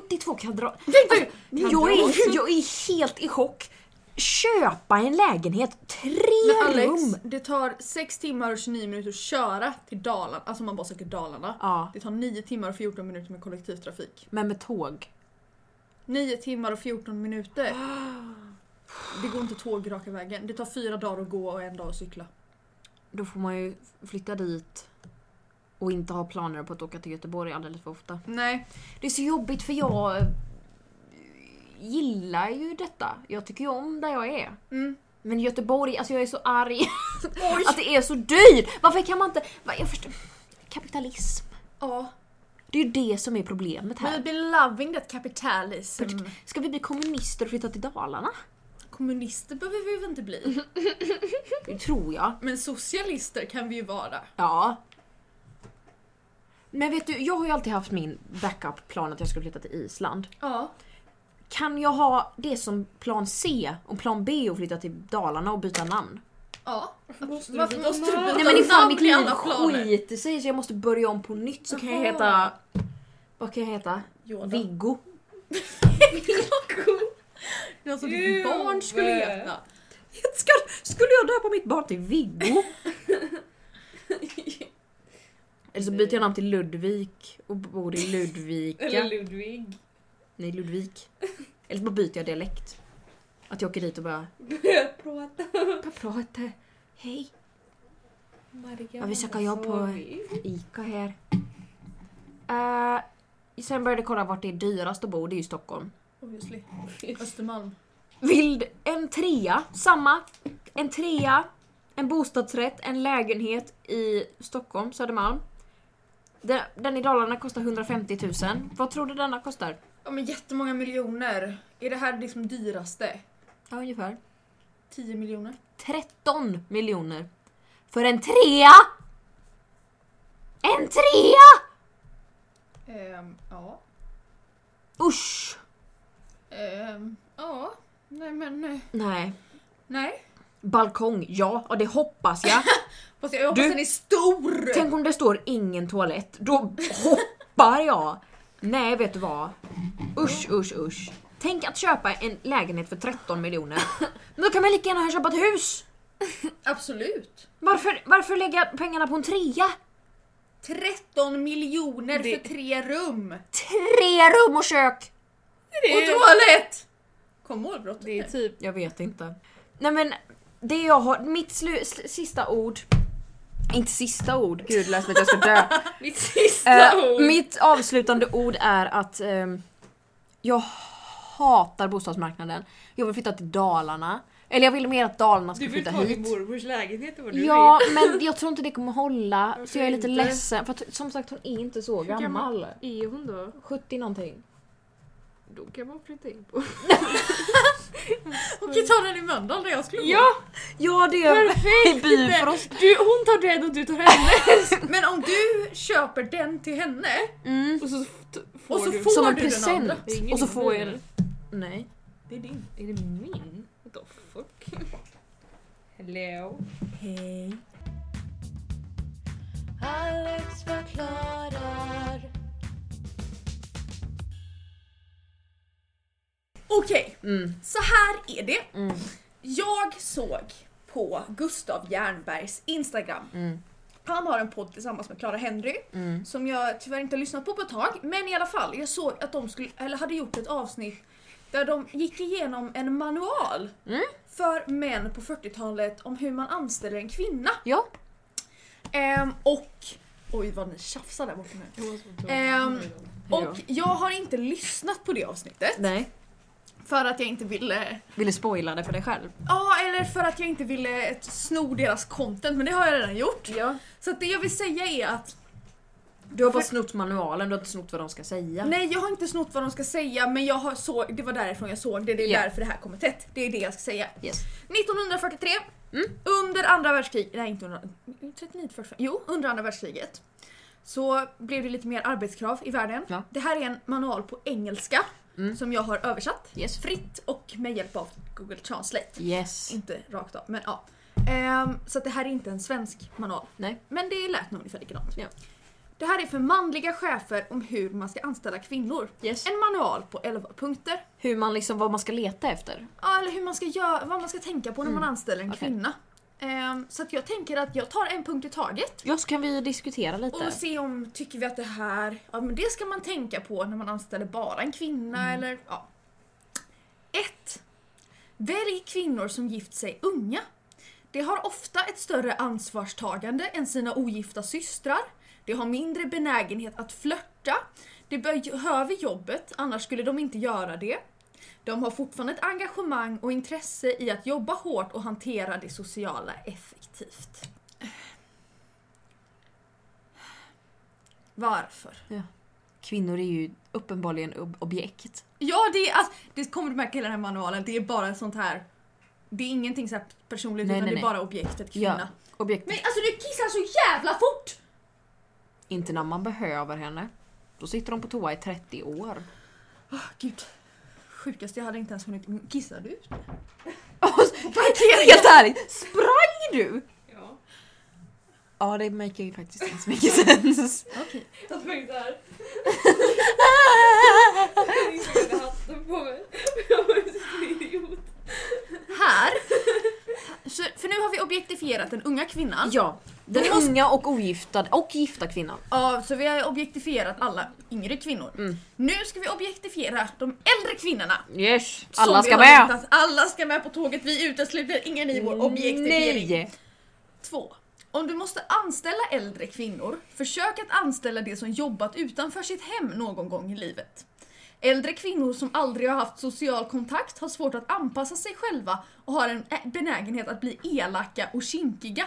Speaker 3: 72 kvadrat.
Speaker 1: Tänkte du?
Speaker 3: Jag är, jag är helt i chock. Köpa en lägenhet,
Speaker 1: Men
Speaker 3: tre
Speaker 1: Alex,
Speaker 3: rum.
Speaker 1: det tar 6 timmar och 29 minuter att köra till Dalarna. Alltså om man bara söker Dalarna.
Speaker 3: Ja,
Speaker 1: Det tar 9 timmar och 14 minuter med kollektivtrafik.
Speaker 3: men med tåg.
Speaker 1: 9 timmar och 14 minuter. Det går inte tåg raka vägen. Det tar fyra dagar att gå och en dag att cykla.
Speaker 3: Då får man ju flytta dit och inte ha planer på att åka till Göteborg alldeles för ofta.
Speaker 1: Nej.
Speaker 3: Det är så jobbigt för jag eh, gillar ju detta. Jag tycker ju om där jag är.
Speaker 1: Mm.
Speaker 3: Men Göteborg, alltså jag är så arg
Speaker 1: Oj!
Speaker 3: att det är så dyrt. Varför kan man inte... va- Jag förstår. Kapitalism.
Speaker 1: Ja.
Speaker 3: Det är ju det som är problemet här.
Speaker 1: We be loving that capitalism.
Speaker 3: Ska vi bli kommunister och flytta till Dalarna?
Speaker 1: Kommunister behöver vi väl inte bli?
Speaker 3: Det tror jag.
Speaker 1: Men socialister kan vi ju vara.
Speaker 3: Ja. Men vet du, jag har ju alltid haft min backup-plan att jag skulle flytta till Island.
Speaker 1: Ja.
Speaker 3: Kan jag ha det som plan C och plan B och flytta till Dalarna och byta namn?
Speaker 1: Ja.
Speaker 2: Måste
Speaker 1: Varför
Speaker 2: byta
Speaker 1: måste du
Speaker 2: namn?
Speaker 1: byta
Speaker 3: Nej men ifall
Speaker 1: namn
Speaker 3: mitt
Speaker 1: i
Speaker 3: liv
Speaker 1: alla planer?
Speaker 3: skiter sig så jag måste börja om på nytt så kan jag
Speaker 1: Jaha.
Speaker 3: heta... Vad kan jag heta? Viggo.
Speaker 1: Alltså ditt barn skulle
Speaker 2: Juve.
Speaker 1: heta.
Speaker 3: Ska, skulle jag döpa mitt barn till Viggo? Eller så byter jag namn till Ludvik och bor i
Speaker 2: Eller
Speaker 3: Ludvika.
Speaker 2: Ludvig.
Speaker 3: Nej, Ludvik. Eller så bara byter jag dialekt. Att jag åker dit och bara
Speaker 2: Börja prata.
Speaker 3: "Jag pratar. Hej,
Speaker 2: Maria,
Speaker 3: Jag vill söka jobb på- Ica här. Eh, sen började jag kolla vart det är dyrast att bo, det är ju Stockholm.
Speaker 1: Obviously. Östermalm.
Speaker 3: Vill en trea, samma. En trea, en bostadsrätt, en lägenhet i Stockholm, Södermalm. Den, den i Dalarna kostar 150 000. Vad tror du denna kostar?
Speaker 1: Ja men jättemånga miljoner. Är det här liksom dyraste?
Speaker 3: Ja, ungefär.
Speaker 1: 10 miljoner?
Speaker 3: 13 miljoner. För en trea! En trea!
Speaker 1: Ehm, ja.
Speaker 3: Usch!
Speaker 1: Ehm, ja. Nej men, eh,
Speaker 3: Nej.
Speaker 1: nej.
Speaker 3: Balkong, ja. Ja, det hoppas jag.
Speaker 1: Fast jag hoppas
Speaker 3: Du-
Speaker 1: den är stor!
Speaker 3: Tänk om det står ingen toalett, då hoppar jag! Nej, vet du vad? Usch, usch, usch. Tänk att köpa en lägenhet för 13 miljoner. Men då kan man lika gärna köpa ett hus!
Speaker 1: Absolut.
Speaker 3: Varför, varför lägga pengarna på en trea?
Speaker 1: 13 miljoner
Speaker 2: Det-
Speaker 1: för tre rum!
Speaker 3: Tre rum och kök!
Speaker 1: Och toalett! Kom målbrottet
Speaker 2: Det är
Speaker 1: nu.
Speaker 2: typ...
Speaker 3: Jag vet inte. Nej men, det jag har, mitt slu, s- sista ord... Inte sista ord, gud det lät som att jag ska dö.
Speaker 2: Mitt sista
Speaker 3: Eh,
Speaker 2: ord.
Speaker 3: mitt avslutande ord är att ehm, jag hatar bostadsmarknaden. Jag vill flytta till Dalarna. Eller jag vill mer att Dalarna ska
Speaker 2: Du vill
Speaker 3: flytta
Speaker 2: ta din
Speaker 3: hit.
Speaker 2: morbrors lägenhet det var du
Speaker 3: Ja, men jag tror inte det kommer hålla.
Speaker 2: Varför
Speaker 3: Så jag är lite
Speaker 2: inte?
Speaker 3: ledsen. För att, som sagt, hon är inte så gammal.
Speaker 2: vill. Är hon då?
Speaker 3: 70 någonting.
Speaker 2: Då kan man flytta in på.
Speaker 1: Okej, ta den i Mölndal där jag skulle bo.
Speaker 2: Ja!
Speaker 3: Ja, det är i Bifrost.
Speaker 2: Du, hon tar den och du tar henne.
Speaker 1: Men om du köper den till henne
Speaker 3: Mm.
Speaker 2: Och så t- får
Speaker 1: och så
Speaker 2: du...
Speaker 1: får
Speaker 3: Som en
Speaker 1: du den
Speaker 3: present.
Speaker 1: andra.
Speaker 2: Det är ingen
Speaker 3: Och så får jag
Speaker 2: idé.
Speaker 3: den. Nej.
Speaker 1: Det är din.
Speaker 2: Är det min? What the fuck? Hello?
Speaker 3: Hej.
Speaker 4: Alex förklarar.
Speaker 1: Okej,
Speaker 3: Mm.
Speaker 1: så här är det.
Speaker 3: Mm.
Speaker 1: Jag såg på Gustav Jernbergs Instagram.
Speaker 3: Mm.
Speaker 1: Han har en podd tillsammans med Clara Henry
Speaker 3: Mm.
Speaker 1: som jag tyvärr inte har lyssnat på på ett tag. Men i alla fall, jag såg att de skulle, eller hade gjort ett avsnitt där de gick igenom en manual
Speaker 3: Mm.
Speaker 1: för män på 40-talet om hur man anställer en kvinna.
Speaker 3: Ja.
Speaker 1: Ehm, och... Oj vad ni tjafsar där borta nu.
Speaker 2: Eh,
Speaker 1: Ehm,
Speaker 3: Mm. Ja.
Speaker 1: och jag har inte lyssnat på det avsnittet
Speaker 3: Nej.
Speaker 1: för att jag inte ville...
Speaker 3: Vill du spoila det för dig själv?
Speaker 1: Ja, eller för att jag inte ville ett- sno deras content, men det har jag redan gjort.
Speaker 3: Ja.
Speaker 1: Så att det jag vill säga är att
Speaker 3: Du har bara snott manualen, du har inte snott vad de ska säga.
Speaker 1: nej, jag har inte snott vad de ska säga, men jag har så, det var därifrån jag såg det. Det är
Speaker 3: Ja.
Speaker 1: därför det här kommer tätt. Det är det jag ska säga.
Speaker 3: Yes. Mm.
Speaker 1: 1943, under andra världskriget, nej inte under, 39, 45, jo under andra världskriget så blev det lite mer arbetskrav i världen.
Speaker 3: Ja.
Speaker 1: Det här är en manual på engelska
Speaker 3: Mm.
Speaker 1: som jag har översatt
Speaker 3: Yes.
Speaker 1: fritt och med hjälp av Google Translate.
Speaker 3: Yes.
Speaker 1: Inte rakt av, men ja. Ehm, så att det här är inte en svensk manual.
Speaker 3: Nej.
Speaker 1: Men det lät nog ungefär likadant.
Speaker 3: Ja.
Speaker 1: Det här är för manliga chefer om hur man ska anställa kvinnor.
Speaker 3: Yes.
Speaker 1: En manual på 11 punkter.
Speaker 3: Hur man liksom, vad man ska leta efter.
Speaker 1: Ja, eller hur man ska göra, vad man ska tänka på när man anställer en
Speaker 3: Mm. Okej.
Speaker 1: kvinna. Ehm, så att jag tänker att jag tar en punkt i taget
Speaker 3: Ja, så kan vi diskutera
Speaker 1: och
Speaker 3: lite.
Speaker 1: se om tycker vi att det här, ja men det ska man tänka på när man anställer bara en kvinna eller ja. 1. Välj kvinnor som gift sig unga. De har ofta ett större ansvarstagande än sina ogifta systrar. De har mindre benägenhet att flörta. De behöver jobbet, annars skulle de inte göra det. De har fortfarande ett engagemang och intresse i att jobba hårt och hantera det sociala effektivt. Varför?
Speaker 3: Kvinnor är ju uppenbarligen ob- objekt.
Speaker 1: Ja, det, är, alltså, det kommer du märka hela den här manualen, det är bara sånt här... Det är ingenting så här personligt
Speaker 3: Nej,
Speaker 1: utan
Speaker 3: nej,
Speaker 1: det är
Speaker 3: nej.
Speaker 1: bara objektet kvinna.
Speaker 3: Ja. Objekt.
Speaker 1: Men alltså du kissar så jävla fort!
Speaker 3: Inte när man behöver henne. Då sitter de på toa i 30 år.
Speaker 1: Ah, Gud.
Speaker 2: sjukaste, jag hade inte ens hunnit... Kissade du ut?
Speaker 3: Helt ärligt, sprang du?
Speaker 2: Ja.
Speaker 3: Ja det maker ju faktiskt inte så mycket sens.
Speaker 1: Okej.
Speaker 2: Jag sprang såhär. Jag insåg att jag hade hatten på mig. Jag var en sån idiot.
Speaker 1: Här. Så, för nu har vi objektifierat den unga kvinnan.
Speaker 3: Ja, den
Speaker 1: Vi måste-
Speaker 3: unga och ogifta, och gifta kvinnan.
Speaker 1: Ja, så vi har objektifierat alla yngre kvinnor.
Speaker 3: Mm.
Speaker 1: Nu ska vi objektifiera de äldre kvinnorna.
Speaker 3: Yes!
Speaker 1: som
Speaker 3: Alla
Speaker 1: vi
Speaker 3: ska
Speaker 1: har
Speaker 3: med!
Speaker 1: hittat. Alla ska med på tåget, vi utesluter ingen i vår objektifiering.
Speaker 3: Nej!
Speaker 1: Två. Om du måste anställa äldre kvinnor, försök att anställa de som jobbat utanför sitt hem någon gång i livet. Äldre kvinnor som aldrig har haft social kontakt har svårt att anpassa sig själva och har en ä- benägenhet att bli elaka och kinkiga.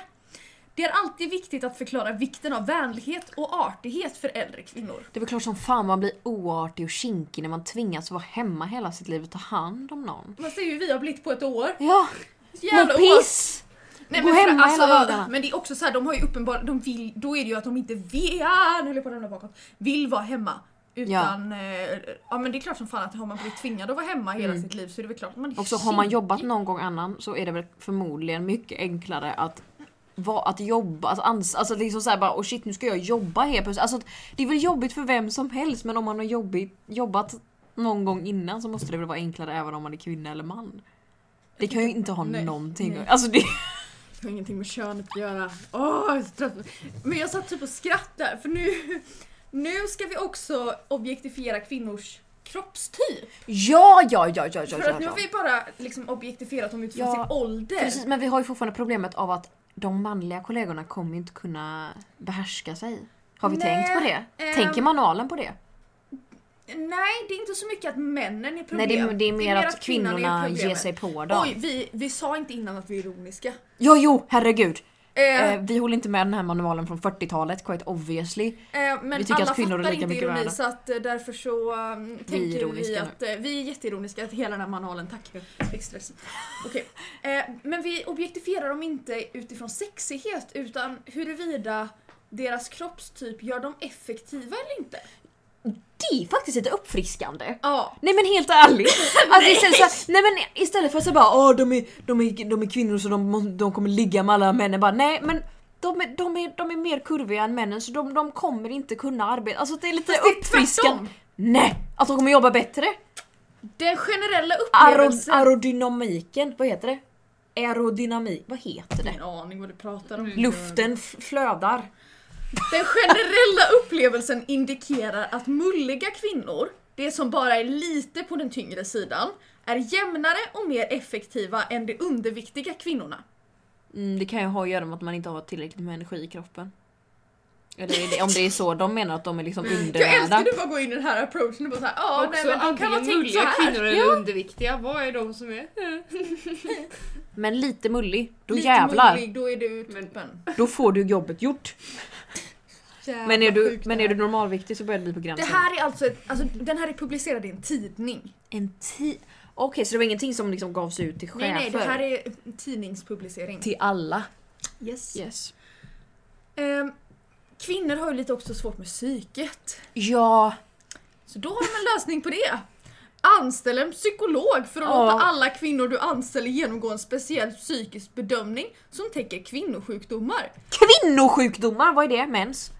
Speaker 1: Det är alltid viktigt att förklara vikten av vänlighet och artighet för äldre kvinnor.
Speaker 3: Det är väl klart som fan man blir oartig och kinkig när man tvingas vara hemma hela sitt liv och ta hand om någon.
Speaker 1: Man ser ju hur vi har blivit på ett år.
Speaker 3: Ja, men
Speaker 1: Jävla år.
Speaker 3: piss!
Speaker 1: Nej,
Speaker 3: Gå
Speaker 1: men för-
Speaker 3: hemma
Speaker 1: alltså,
Speaker 3: hela dagarna.
Speaker 1: Men det är också så här, de har ju uppenbart, de vill, då är det ju att de inte vill, ah, nu höll jag på att ramla bakåt, vill vara hemma. Utan, ja. Eh, ja men det är klart som fan att har man blivit tvingad att vara hemma hela sitt liv så är det väl klart att man är
Speaker 3: Mm. Och så har man
Speaker 1: kinkig.
Speaker 3: jobbat någon gång annan så är det väl förmodligen mycket enklare att va, att jobba, alltså, ans, alltså liksom såhär bara oh shit nu ska jag jobba helt plötsligt. Alltså det är väl jobbigt för vem som helst men om man har jobbit, jobbat någon gång innan så måste det väl vara enklare även om man är kvinna eller man. Det kan ju inte ha
Speaker 1: Nej,
Speaker 3: någonting
Speaker 1: nej.
Speaker 3: Alltså det...
Speaker 1: Det har ingenting med könet att göra. Åh, jag är så trött. Men jag satt typ och skrattade för nu, nu ska vi också objektifiera kvinnors kroppstyp.
Speaker 3: Ja, ja, ja, ja, ja,
Speaker 1: För
Speaker 3: ja,
Speaker 1: att nu har
Speaker 3: ja.
Speaker 1: vi bara liksom objektifierat dem utifrån
Speaker 3: Ja,
Speaker 1: sin ålder.
Speaker 3: Precis, men vi har ju fortfarande problemet av att de manliga kollegorna kommer ju inte kunna behärska sig. Har vi
Speaker 1: Nej,
Speaker 3: tänkt på det?
Speaker 1: ehm,
Speaker 3: Tänker manualen på det?
Speaker 1: Nej, det är inte så mycket att männen är
Speaker 3: Nej
Speaker 1: problem.
Speaker 3: det är, det är mer att,
Speaker 1: kvinnan är
Speaker 3: kvinnorna ger
Speaker 1: problemet.
Speaker 3: sig på dem.
Speaker 1: Oj, vi, vi sa inte innan att vi är ironiska.
Speaker 3: Ja, jo, herregud.
Speaker 1: Eh,
Speaker 3: Eh, vi håller inte med den här manualen från 40-talet, quite obviously.
Speaker 1: eh, men
Speaker 3: vi tycker
Speaker 1: alla
Speaker 3: att kvinnor är
Speaker 1: fattar
Speaker 3: lika
Speaker 1: inte
Speaker 3: mycket
Speaker 1: ironi
Speaker 3: värda.
Speaker 1: så att eh, därför så um, tänker vi
Speaker 3: ironiska
Speaker 1: att eh, vi är jätteironiska att hela den här manualen, tack. Jag fick stress. Okej. Eh, men vi objektifierar dem inte utifrån sexighet utan huruvida deras kroppstyp gör dem effektiva eller inte.
Speaker 3: Det är faktiskt lite uppfriskande.
Speaker 1: Ja,
Speaker 3: Nej men helt ärligt. Alltså, istället, så här, nej, men istället för att säga bara åh de är, de, är, de är kvinnor så de, må- de kommer ligga med alla männen. Bara, nej men de är, de, är, de är mer kurviga än männen så de, de kommer inte kunna arbeta. Alltså det är lite
Speaker 1: det är tvärtom.
Speaker 3: uppfriskande. Nej! Att de kommer jobba bättre.
Speaker 1: den generella
Speaker 3: Aero,
Speaker 1: upplevelsen...
Speaker 3: aerodynamiken, vad heter det? Aerodynamik, vad heter det?
Speaker 1: Ingen aning vad du pratar
Speaker 3: Mm.
Speaker 1: om.
Speaker 3: Luften f- flödar.
Speaker 1: Den generella upplevelsen indikerar att mulliga kvinnor, det som bara är lite på den tyngre sidan, är jämnare och mer effektiva än de underviktiga kvinnorna.
Speaker 3: Mm, det kan ju ha att göra med att man inte har tillräckligt med energi i kroppen. Eller är det, om det är så de menar att de är liksom
Speaker 1: Mm, Jag älskar
Speaker 3: undernärda.
Speaker 1: att du bara går in i den här approachen och bara såhär, ja nej
Speaker 2: Också
Speaker 1: men de kan vara
Speaker 2: antingen
Speaker 1: tänkt så
Speaker 2: mulliga
Speaker 1: här.
Speaker 2: kvinnor eller underviktiga. Vad är de som är?
Speaker 3: Men lite mullig, då
Speaker 1: Lite
Speaker 3: jävlar.
Speaker 1: mullig, då är du typen.
Speaker 3: Då får du jobbet gjort.
Speaker 1: Jävla
Speaker 3: Men är, du,
Speaker 1: sjukt
Speaker 3: men
Speaker 1: det
Speaker 3: är
Speaker 1: här.
Speaker 3: du normalviktig så börjar det bli på gränsen.
Speaker 1: Det här är alltså, ett, alltså den här är publicerad i en tidning.
Speaker 3: En ti... Okej, så det var ingenting som liksom gavs ut till chefer?
Speaker 1: Nej nej, det här är en tidningspublicering.
Speaker 3: Till alla?
Speaker 1: Yes.
Speaker 3: Yes.
Speaker 1: Ehm, kvinnor har ju lite också svårt med psyket.
Speaker 3: Ja,
Speaker 1: Så då har de en lösning på det. Anställ en psykolog för att
Speaker 3: Ja.
Speaker 1: låta alla kvinnor du anställer genomgå en speciell psykisk bedömning som täcker kvinnosjukdomar.
Speaker 3: kvinnosjukdomar, vad är det? Mens?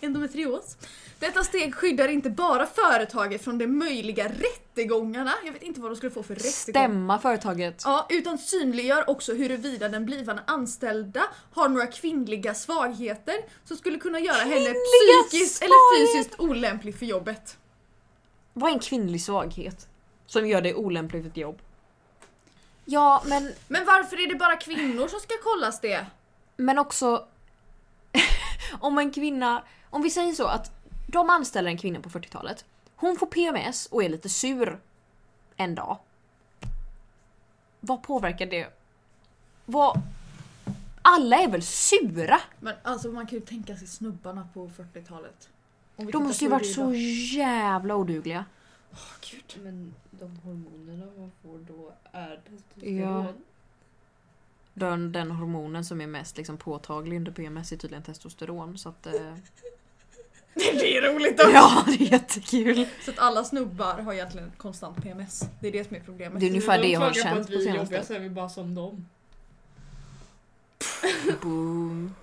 Speaker 1: Endometrios. Detta steg skyddar inte bara företaget från de möjliga rättegångarna, jag vet inte vad de skulle få för rättegång.
Speaker 3: Stämma företaget.
Speaker 1: Ja, utan synliggör också huruvida den blivande anställda har några kvinnliga svagheter som skulle kunna göra henne
Speaker 3: Kvinnliga
Speaker 1: psykiskt eller fysiskt olämplig för jobbet.
Speaker 3: Vad är en kvinnlig svaghet? Som gör dig olämplig för ett jobb? Ja, men
Speaker 1: Men varför är det bara kvinnor som ska kollas det?
Speaker 3: Men också om en kvinna, om vi säger så att de anställer en kvinna på 40-talet. Hon får PMS och är lite sur en dag. Vad påverkar det? Vad... Alla är väl sura?
Speaker 1: Men alltså man kan ju tänka sig snubbarna på 40-talet. Om vi
Speaker 3: De
Speaker 1: tittar
Speaker 3: måste ju
Speaker 1: på
Speaker 3: varit
Speaker 1: det idag.
Speaker 3: så jävla odugliga.
Speaker 1: Åh, gud.
Speaker 2: Men de hormonerna man får då är
Speaker 3: testosteron. Den, den hormonen som är mest liksom påtaglig under PMS är tydligen testosteron. Så att, eh,
Speaker 1: Det är roligt då.
Speaker 3: Ja, det är jättekul.
Speaker 1: Så att alla snubbar har egentligen konstant PMS. Det är det som är problemet.
Speaker 3: Det är ungefär det jag har
Speaker 2: De klagar
Speaker 3: känt
Speaker 2: att
Speaker 3: på
Speaker 2: vi är jobbiga
Speaker 3: senaste.
Speaker 2: så är vi bara som dem.
Speaker 3: Boom.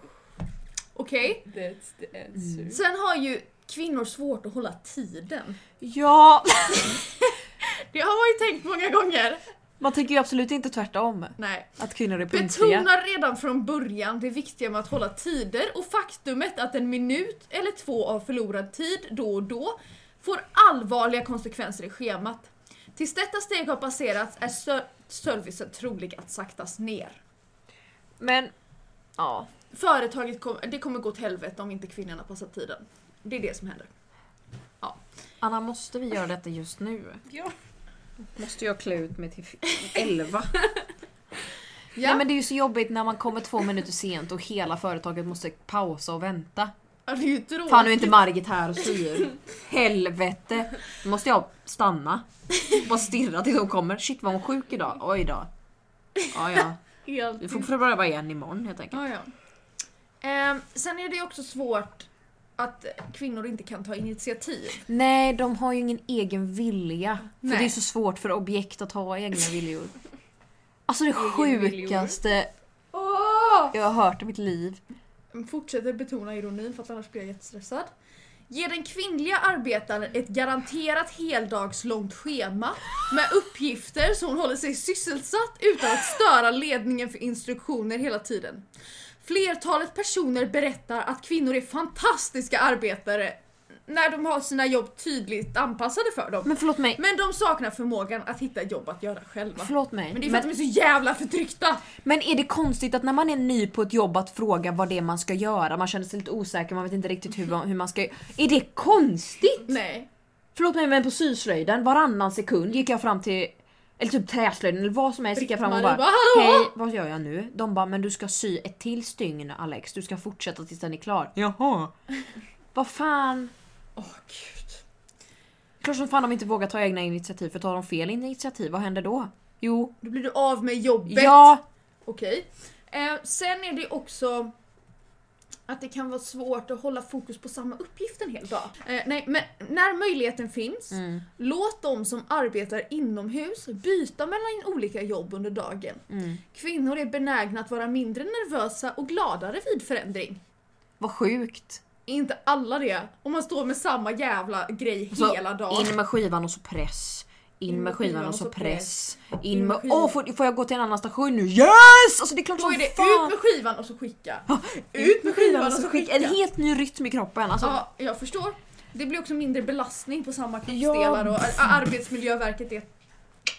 Speaker 1: Okej.
Speaker 2: That's the answer.
Speaker 1: Sen har ju kvinnor svårt att hålla tiden.
Speaker 3: Ja,
Speaker 1: Det har man ju tänkt många gånger.
Speaker 3: man tänker ju absolut inte tvärtom.
Speaker 1: Nej.
Speaker 3: Att kvinnor är punktliga.
Speaker 1: Betonar redan från början det viktiga med att hålla tider och faktumet att en minut eller två av förlorad tid då och då får allvarliga konsekvenser i schemat. Tills detta steg har passerats är ser- servicen trolig att saktas ner.
Speaker 3: Men, ja.
Speaker 1: Företaget kom, det kommer gå till helvete om inte kvinnorna passar tiden. Det är det som händer.
Speaker 3: Anna, måste vi göra detta just nu?
Speaker 2: Ja.
Speaker 3: Måste jag klä ut mig till elva?
Speaker 1: Ja.
Speaker 3: Nej men det är ju så jobbigt när man kommer två minuter sent och hela företaget måste pausa och vänta.
Speaker 1: Ja, det är ju tråkigt.
Speaker 3: Fan nu är inte Margit här och styr. Helvete! Nu måste jag stanna. Bara stirra tills hon kommer. Shit var hon sjuk idag? Oj då. Ja ja.
Speaker 1: Helt
Speaker 3: Vi får pröva igen imorgon helt enkelt.
Speaker 1: Ja, ja. Ehm, sen är det ju också svårt att kvinnor inte kan ta initiativ.
Speaker 3: Nej de har ju ingen egen vilja. För
Speaker 1: Nej.
Speaker 3: det är så svårt för objekt att ha egna viljor. Alltså det sjukaste jag har hört i mitt liv.
Speaker 1: Fortsätter betona ironin för att annars blir jag jättestressad. Ge den kvinnliga arbetaren ett garanterat heldagslångt schema med uppgifter så hon håller sig sysselsatt utan att störa ledningen för instruktioner hela tiden. Flertalet personer berättar att kvinnor är fantastiska arbetare när de har sina jobb tydligt anpassade för dem.
Speaker 3: Men förlåt mig.
Speaker 1: Men de saknar förmågan att hitta jobb att göra själva.
Speaker 3: Förlåt mig.
Speaker 1: Men det är för att de är så jävla förtryckta!
Speaker 3: Men är det konstigt att när man är ny på ett jobb att fråga vad det är man ska göra, man känner sig lite osäker, man vet inte riktigt hur, hur man ska... Är det konstigt?
Speaker 1: Nej.
Speaker 3: Förlåt mig men på syslöjden, varannan sekund gick jag fram till, eller typ träslöjden eller vad som helst, gick jag fram och
Speaker 1: Britt-Marie
Speaker 3: bara
Speaker 1: bara, "Hallå?"
Speaker 3: Hej, vad gör jag nu? De bara men du ska sy ett till stygn Alex, du ska fortsätta tills den är klar. Jaha. Vad fan?
Speaker 1: Åh gud.
Speaker 3: Klart som fan de inte vågar ta egna initiativ för tar de fel initiativ, vad händer då? Jo.
Speaker 1: Då blir du av med jobbet.
Speaker 3: Ja!
Speaker 1: Okej. Eh, sen är det också att det kan vara svårt att hålla fokus på samma uppgift en hel dag. Eh, nej, men när möjligheten finns,
Speaker 3: Mm.
Speaker 1: låt de som arbetar inomhus byta mellan olika jobb under dagen.
Speaker 3: Mm.
Speaker 1: Kvinnor är benägna att vara mindre nervösa och gladare vid förändring.
Speaker 3: Vad sjukt.
Speaker 1: Är inte alla det? Om man står med samma jävla grej
Speaker 3: Så,
Speaker 1: hela dagen.
Speaker 3: In med skivan och så press. In med skivan och så press. In
Speaker 1: In
Speaker 3: med...
Speaker 1: med
Speaker 3: Åh,
Speaker 1: skivan.
Speaker 3: får, får jag gå till en annan station nu? Yes! Alltså det är klart
Speaker 1: Då
Speaker 3: som
Speaker 1: är det ut
Speaker 3: fan.
Speaker 1: med skivan och så skicka.
Speaker 3: Ut med skivan och så skicka. En helt ny rytm i kroppen. Alltså,
Speaker 1: Ja, jag förstår. Det blir också mindre belastning på samma kroppsdelar och ar- Arbetsmiljöverket är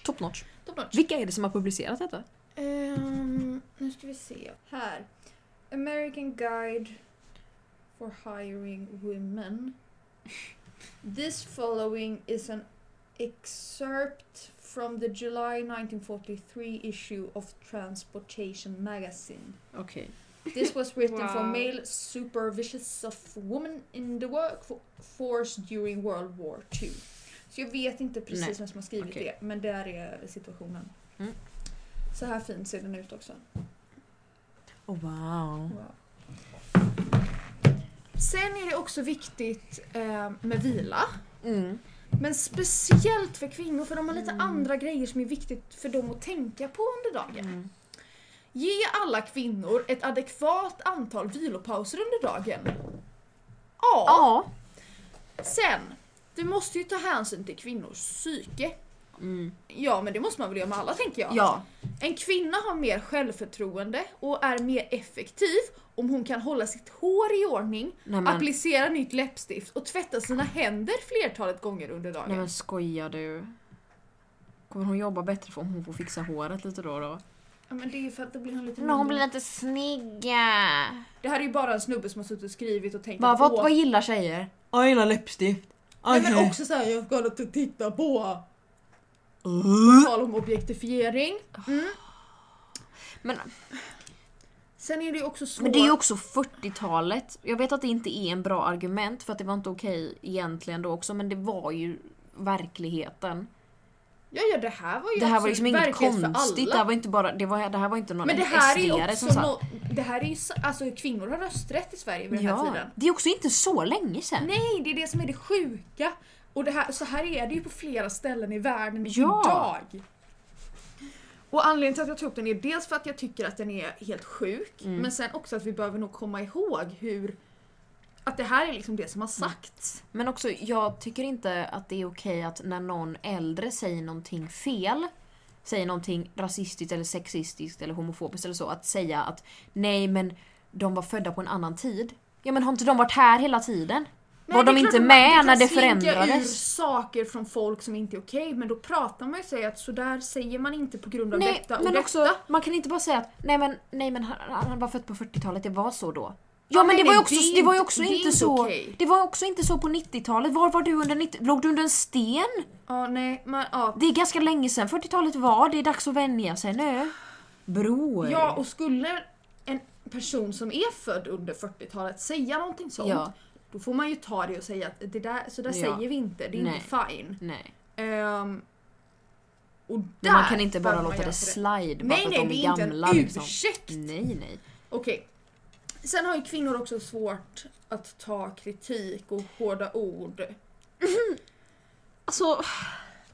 Speaker 3: top notch.
Speaker 1: top notch.
Speaker 3: Vilka är det som har publicerat detta?
Speaker 1: Ehm, nu ska vi se. Här. American Guide for Hiring Women. This following is an excerpt from the July 1943 issue of Transportation magazine.
Speaker 3: Okej.
Speaker 1: This was written for
Speaker 2: Wow.
Speaker 1: male supervisions of women in the workforce during World War II. Så jag vet inte precis
Speaker 3: Nej.
Speaker 1: vem som har skrivit
Speaker 3: Okej.
Speaker 1: det, men där är situationen.
Speaker 3: Mm.
Speaker 1: Så här fin ser den ut också.
Speaker 3: Oh, wow.
Speaker 1: Sen är det också viktigt eh, med vila.
Speaker 3: Mm.
Speaker 1: Men speciellt för kvinnor, för de har lite andra grejer som är viktigt för dem att tänka på under dagen.
Speaker 3: Mm.
Speaker 1: Ge alla kvinnor ett adekvat antal vilopauser under dagen. Ja.
Speaker 3: Ja.
Speaker 1: Sen, du måste ju ta hänsyn till kvinnors psyke.
Speaker 3: Mm.
Speaker 1: Ja, men det måste man väl göra med alla tänker jag.
Speaker 3: Ja.
Speaker 1: En kvinna har mer självförtroende och är mer effektiv om hon kan hålla sitt hår i ordning,
Speaker 3: Nej men,
Speaker 1: applicera nytt läppstift och tvätta sina händer flertalet gånger under dagen.
Speaker 3: nej men skojar du? Kommer hon jobba bättre för om hon får fixa håret lite då och då?
Speaker 1: Ja, men det är ju för att då blir hon lite
Speaker 3: Men hon
Speaker 1: mindre.
Speaker 3: blir lite snygg. ja.
Speaker 1: Det här är ju bara en snubbe som har suttit och skrivit och tänkt
Speaker 3: Bara,
Speaker 1: att,
Speaker 3: vad,
Speaker 1: "Åh,
Speaker 3: vad gillar tjejer? Jag gillar läppstift.
Speaker 1: Nej men också såhär, jag ska inte titta på.
Speaker 3: Uh.
Speaker 1: På tal om objektifiering. Mm.
Speaker 3: Ah. Men-
Speaker 1: Sen är det ju också svårt.
Speaker 3: Men det är ju också 40-talet. Jag vet att det inte är en bra argument för att det var inte okej egentligen då också men det var ju verkligheten.
Speaker 1: Ja, ja det här var ju
Speaker 3: Det här var
Speaker 1: absolut
Speaker 3: liksom inget
Speaker 1: verklighet för
Speaker 3: konstigt.
Speaker 1: alla.
Speaker 3: Det här var inte bara det var det här var inte någon
Speaker 1: men det här är ju
Speaker 3: SD-are
Speaker 1: också
Speaker 3: som satt.
Speaker 1: nå- det här är ju, s- alltså kvinnor har rösträtt i Sverige vid den här
Speaker 3: Ja.
Speaker 1: tiden.
Speaker 3: Det är också inte så länge sedan.
Speaker 1: Nej, det är det som är det sjuka. Och det här, så här är det ju på flera ställen i världen
Speaker 3: Ja.
Speaker 1: idag. Och anledningen till att jag tog upp den är dels för att jag tycker att den är helt sjuk, men sen också att vi behöver nog komma ihåg hur att det här är liksom det som har sagts.
Speaker 3: Men också, jag tycker inte att det är okej att när någon äldre säger någonting fel, säger någonting rasistiskt eller sexistiskt eller homofobiskt eller så, att säga att nej men de var födda på en annan tid. Ja men har inte de varit här hela tiden?
Speaker 1: Nej,
Speaker 3: var
Speaker 1: det är
Speaker 3: de
Speaker 1: klart
Speaker 3: inte
Speaker 1: att
Speaker 3: med
Speaker 1: man,
Speaker 3: när
Speaker 1: kan
Speaker 3: det
Speaker 1: slinka Ur
Speaker 3: förändrades?
Speaker 1: saker från folk som inte är okej, men då pratar man ju sig att sådär säger man inte på grund av
Speaker 3: Nej,
Speaker 1: detta och
Speaker 3: men
Speaker 1: detta.
Speaker 3: också, man kan inte bara säga att nej men, nej, men han, han var född på 40-talet, det var så då. Ja, men
Speaker 1: nej,
Speaker 3: det var ju
Speaker 1: nej,
Speaker 3: också,
Speaker 1: det
Speaker 3: det
Speaker 1: är
Speaker 3: var ju
Speaker 1: inte-
Speaker 3: också
Speaker 1: det är
Speaker 3: inte,
Speaker 1: inte
Speaker 3: så.
Speaker 1: okej.
Speaker 3: Det var också inte så på 90-talet. Var var du under 90 Låg du under en sten?
Speaker 1: Ja, nej, man, ja.
Speaker 3: Det är ganska länge sedan 40-talet var, det är dags att vänja sig nu. Bror.
Speaker 1: Ja, och skulle en person som är född under 40-talet säga någonting sånt,
Speaker 3: Ja.
Speaker 1: då får man ju ta det och säga att det där, så där
Speaker 3: Ja.
Speaker 1: säger vi inte, det är inte fine.
Speaker 3: Nej.
Speaker 1: Ehm, och där
Speaker 3: Men man kan inte bara
Speaker 1: behöver man
Speaker 3: låta
Speaker 1: göra
Speaker 3: det
Speaker 1: för
Speaker 3: slide bara
Speaker 1: Nej,
Speaker 3: för
Speaker 1: nej,
Speaker 3: att
Speaker 1: det
Speaker 3: de
Speaker 1: är
Speaker 3: är
Speaker 1: inte en
Speaker 3: gamla liksom.
Speaker 1: ursäkt.
Speaker 3: Nej, nej.
Speaker 1: Okej. Sen har ju kvinnor också svårt att ta kritik och hårda ord.
Speaker 3: Alltså,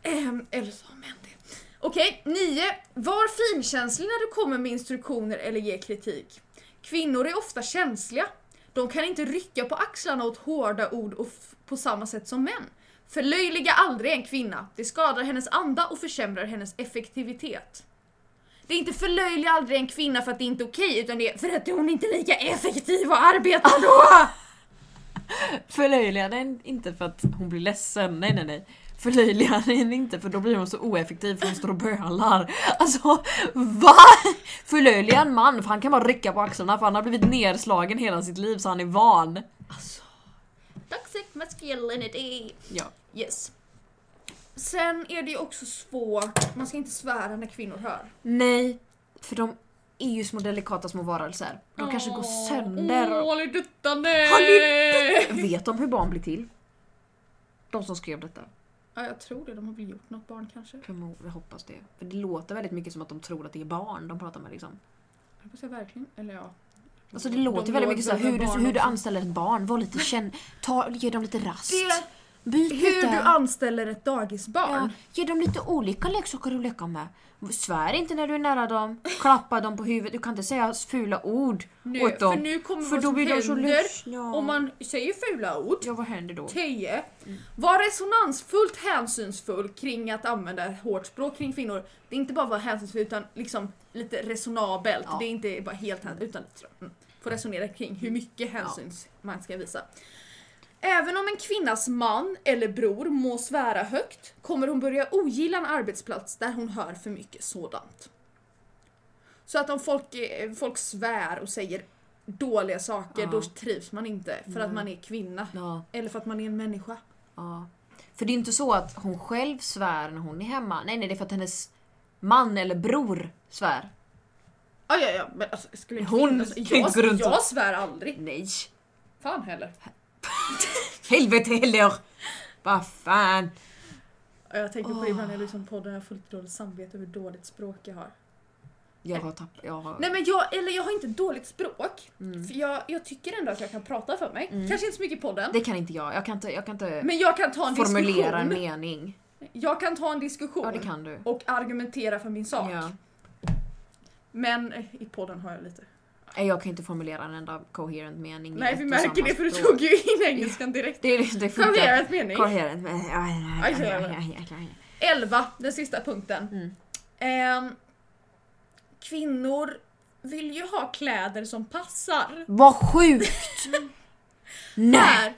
Speaker 1: Ehm, eller så har män det. Okej, nio. Var finkänslig när du kommer med instruktioner eller ger kritik. Kvinnor är ofta känsliga. De kan inte rycka på axlarna åt hårda ord och f- på samma sätt som män. Förlöjliga aldrig en kvinna. Det skadar hennes anda och försämrar hennes effektivitet. Det är inte förlöjliga aldrig en kvinna för att det inte är okej utan det är för att hon inte är lika effektiv och arbetar då!
Speaker 3: förlöjliga den inte för att hon blir ledsen, nej nej nej. Förlöjliga den inte för då blir hon så oeffektiv för hon står och bölar. Alltså, VA? Förlöjliga en man för han kan bara rycka på axlarna för han har blivit nedslagen hela sitt liv så han är van.
Speaker 1: Toxic masculinity.
Speaker 3: Alltså. Ja.
Speaker 1: Yes. Sen är det ju också svårt, man ska inte svära när kvinnor hör.
Speaker 3: Nej, för de är ju små delikata små varelser. De kanske går sönder.
Speaker 1: Åh, lilliduttande!
Speaker 3: Vet de hur barn blir till? De som skrev detta.
Speaker 1: Ja, jag tror det. De har väl gjort något barn kanske.
Speaker 3: Förmo- Jag hoppas det. För det låter väldigt mycket som att de tror att det är barn de pratar med liksom.
Speaker 1: Jag hoppas jag verkligen, eller ja.
Speaker 3: Alltså det låter
Speaker 1: De
Speaker 3: väldigt
Speaker 1: låter
Speaker 3: mycket så här,
Speaker 1: barn
Speaker 3: hur, du, hur du
Speaker 1: också.
Speaker 3: anställer ett barn, var lite känn... Ta, ge dem lite rast. Byt
Speaker 1: Hur
Speaker 3: lite.
Speaker 1: du anställer ett
Speaker 3: ja,
Speaker 1: dagisbarn.
Speaker 3: ge dem lite olika leksaker att leka med. Svär inte när du är nära dem. Klappa dem på huvudet. Du kan inte säga fula ord
Speaker 1: Nu,
Speaker 3: åt
Speaker 1: för
Speaker 3: dem.
Speaker 1: nu kommer
Speaker 3: För
Speaker 1: vad
Speaker 3: då
Speaker 1: som
Speaker 3: blir de så
Speaker 1: händer
Speaker 3: ledsna.
Speaker 1: om man säger fula ord.
Speaker 3: Ja, vad händer då?
Speaker 1: 10. Var resonansfullt hänsynsfull kring att använda hårt språk kring kvinnor. Det är inte bara vara hänsynsfull utan liksom lite resonabelt.
Speaker 3: Ja.
Speaker 1: Det är inte bara helt hänsynsfullt utan mm, få resonera kring hur mycket hänsyns man ska visa. Även om en kvinnas man eller bror må svära högt kommer hon börja ogilla en arbetsplats där hon hör för mycket sådant. Så att om folk, eh, folk svär och säger dåliga saker
Speaker 3: Ja.
Speaker 1: då trivs man inte för att man är kvinna.
Speaker 3: Ja.
Speaker 1: Eller för att man är en människa.
Speaker 3: Ja. För det är inte så att hon själv svär när hon är hemma. Nej, nej, det är för att hennes man eller bror svär.
Speaker 1: Ja, ja, ja. Men alltså, skulle en
Speaker 3: Hon
Speaker 1: kvinna- alltså,
Speaker 3: kan gå
Speaker 1: jag,
Speaker 3: runt och-
Speaker 1: jag svär aldrig.
Speaker 3: Nej!
Speaker 1: Fan heller.
Speaker 3: Helvete heller! Vad fan!
Speaker 1: Ja, Jag tänker på ibland när jag liksom poddar jag får lite dåligt samvete över hur dåligt språk jag har.
Speaker 3: Jag har tappat... Jag har...
Speaker 1: Nej men jag, eller jag har inte dåligt språk. För jag, jag tycker ändå att jag kan prata för mig. Kanske inte så mycket i podden.
Speaker 3: Det kan inte jag. Jag kan inte, jag kan inte
Speaker 1: Men jag kan ta en
Speaker 3: formulera en
Speaker 1: diskussion.
Speaker 3: mening.
Speaker 1: Jag kan ta en diskussion.
Speaker 3: Ja, det kan du.
Speaker 1: Och argumentera för min sak.
Speaker 3: Ja.
Speaker 1: Men eh, i podden har jag lite.
Speaker 3: Nej, Jag kan inte formulera en enda coherent mening. i
Speaker 1: Nej
Speaker 3: ett
Speaker 1: vi
Speaker 3: och
Speaker 1: märker
Speaker 3: samma
Speaker 1: det för du
Speaker 3: språk.
Speaker 1: tog ju in engelskan direkt.
Speaker 3: Det, det, det funkar. Coherent.
Speaker 1: Coherent mening.
Speaker 3: Coherent. men- aj, aj, aj, aj, aj, aj.
Speaker 1: 11, den sista punkten.
Speaker 3: Mm.
Speaker 1: Ehm, kvinnor vill ju ha kläder som passar.
Speaker 3: Vad sjukt! Nej!
Speaker 1: Här,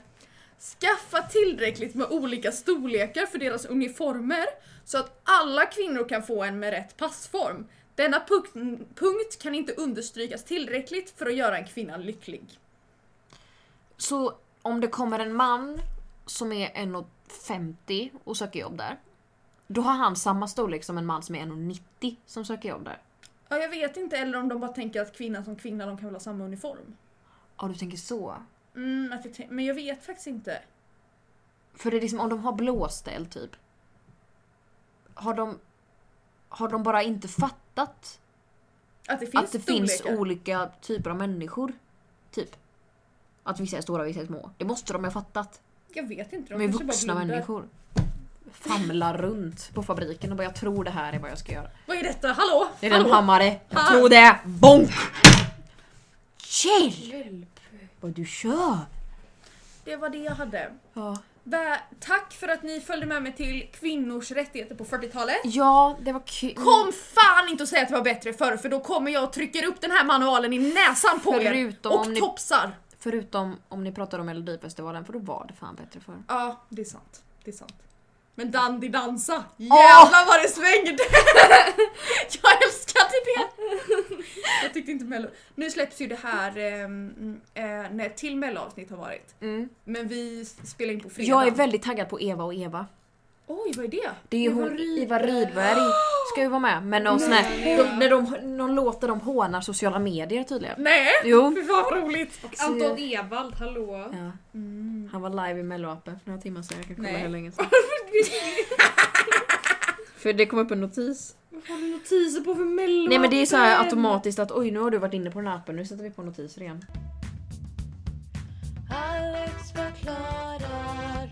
Speaker 1: skaffa tillräckligt med olika storlekar för deras uniformer så att alla kvinnor kan få en med rätt passform. Denna punkt, punkt kan inte understrykas tillräckligt för att göra en kvinna lycklig.
Speaker 3: Så om det kommer en man som är 1,50 och söker jobb där. Då har han samma storlek som en man som är 1,90 som söker jobb där.
Speaker 1: Ja, jag vet inte, eller om de bara tänker att kvinna som kvinna, de kan väl ha samma uniform.
Speaker 3: Ja, du tänker så.
Speaker 1: Mm, att jag tän- men jag vet faktiskt inte.
Speaker 3: För det är liksom om de har blåställ typ. Har de, har de bara inte fattat
Speaker 1: Att det finns
Speaker 3: att det finns
Speaker 1: storlekar.
Speaker 3: olika typer av människor. Typ. Att vissa är stora, vissa är små. Det måste de ju ha fattat.
Speaker 1: Jag vet inte, de
Speaker 3: De är
Speaker 1: kanske bara
Speaker 3: vuxna
Speaker 1: blundar.
Speaker 3: människor. Famlar runt på fabriken och bara jag tror det här är vad jag ska göra.
Speaker 1: Vad är detta? Hallå?
Speaker 3: Det är
Speaker 1: Hallå?
Speaker 3: den hammare. Jag
Speaker 1: Ah.
Speaker 3: tror det. Bonk! Chill! Vad du kör!
Speaker 1: Det var det jag hade.
Speaker 3: Ja.
Speaker 1: Vä- Tack för att ni följde med mig till kvinnors rättigheter på 40-talet.
Speaker 3: ja, det var kul.
Speaker 1: Kom fan inte och säg att det var bättre förr för då kommer jag och trycker upp den här manualen i näsan på
Speaker 3: Förutom
Speaker 1: er och
Speaker 3: om ni-
Speaker 1: topsar.
Speaker 3: Förutom om ni pratar om Melodifestivalen för då var det fan bättre förr.
Speaker 1: Ja, det är sant. Det är sant. Men Dandy dansa!
Speaker 3: Åh!
Speaker 1: Jävlar vad det svängde! jag älskade det! Jag tyckte inte Mello. Nu släpps ju det här eh, mm, eh, när ett till Mello-avsnitt har varit.
Speaker 2: Mm.
Speaker 1: Men vi spelar in på fredag.
Speaker 3: Jag är väldigt taggad på Eva och Eva.
Speaker 1: Oj, vad är det?
Speaker 3: Det är ju hon, Iva Rydberg ska ju vara med. Men någon sån här, de, när de, någon låter de hånar sociala medier tydligen.
Speaker 1: Nej!
Speaker 3: Jo.
Speaker 1: Fy fan vad roligt!
Speaker 2: Anton Ewald, hallå.
Speaker 3: Ja.
Speaker 1: Mm.
Speaker 3: Han var live i melloappen för några timmar sedan, jag kan kolla
Speaker 1: Nej.
Speaker 3: hur länge sedan. för det kom upp en notis.
Speaker 2: Vad har du notiser på för mello?
Speaker 3: Nej men det är så här automatiskt att oj nu har du varit inne på den här appen, nu sätter vi på notiser igen.
Speaker 4: Alex förklarar.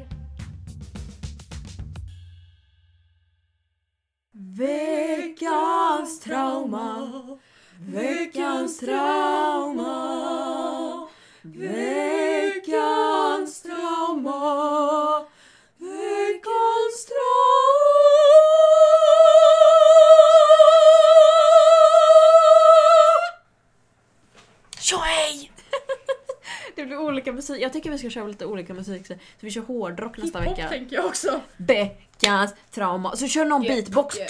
Speaker 3: Veckans trauma, veckans trauma, veckans trauma, veckans trauma. Tjohej! Det blir olika musik. Jag tycker vi ska köra lite olika musik. Så så vi kör hårdrock nästa
Speaker 1: Hiphop typ.
Speaker 3: vecka.
Speaker 1: tänker jag också.
Speaker 3: Veckans trauma. Så kör någon
Speaker 1: Yeah,
Speaker 3: beatbox.
Speaker 1: yeah.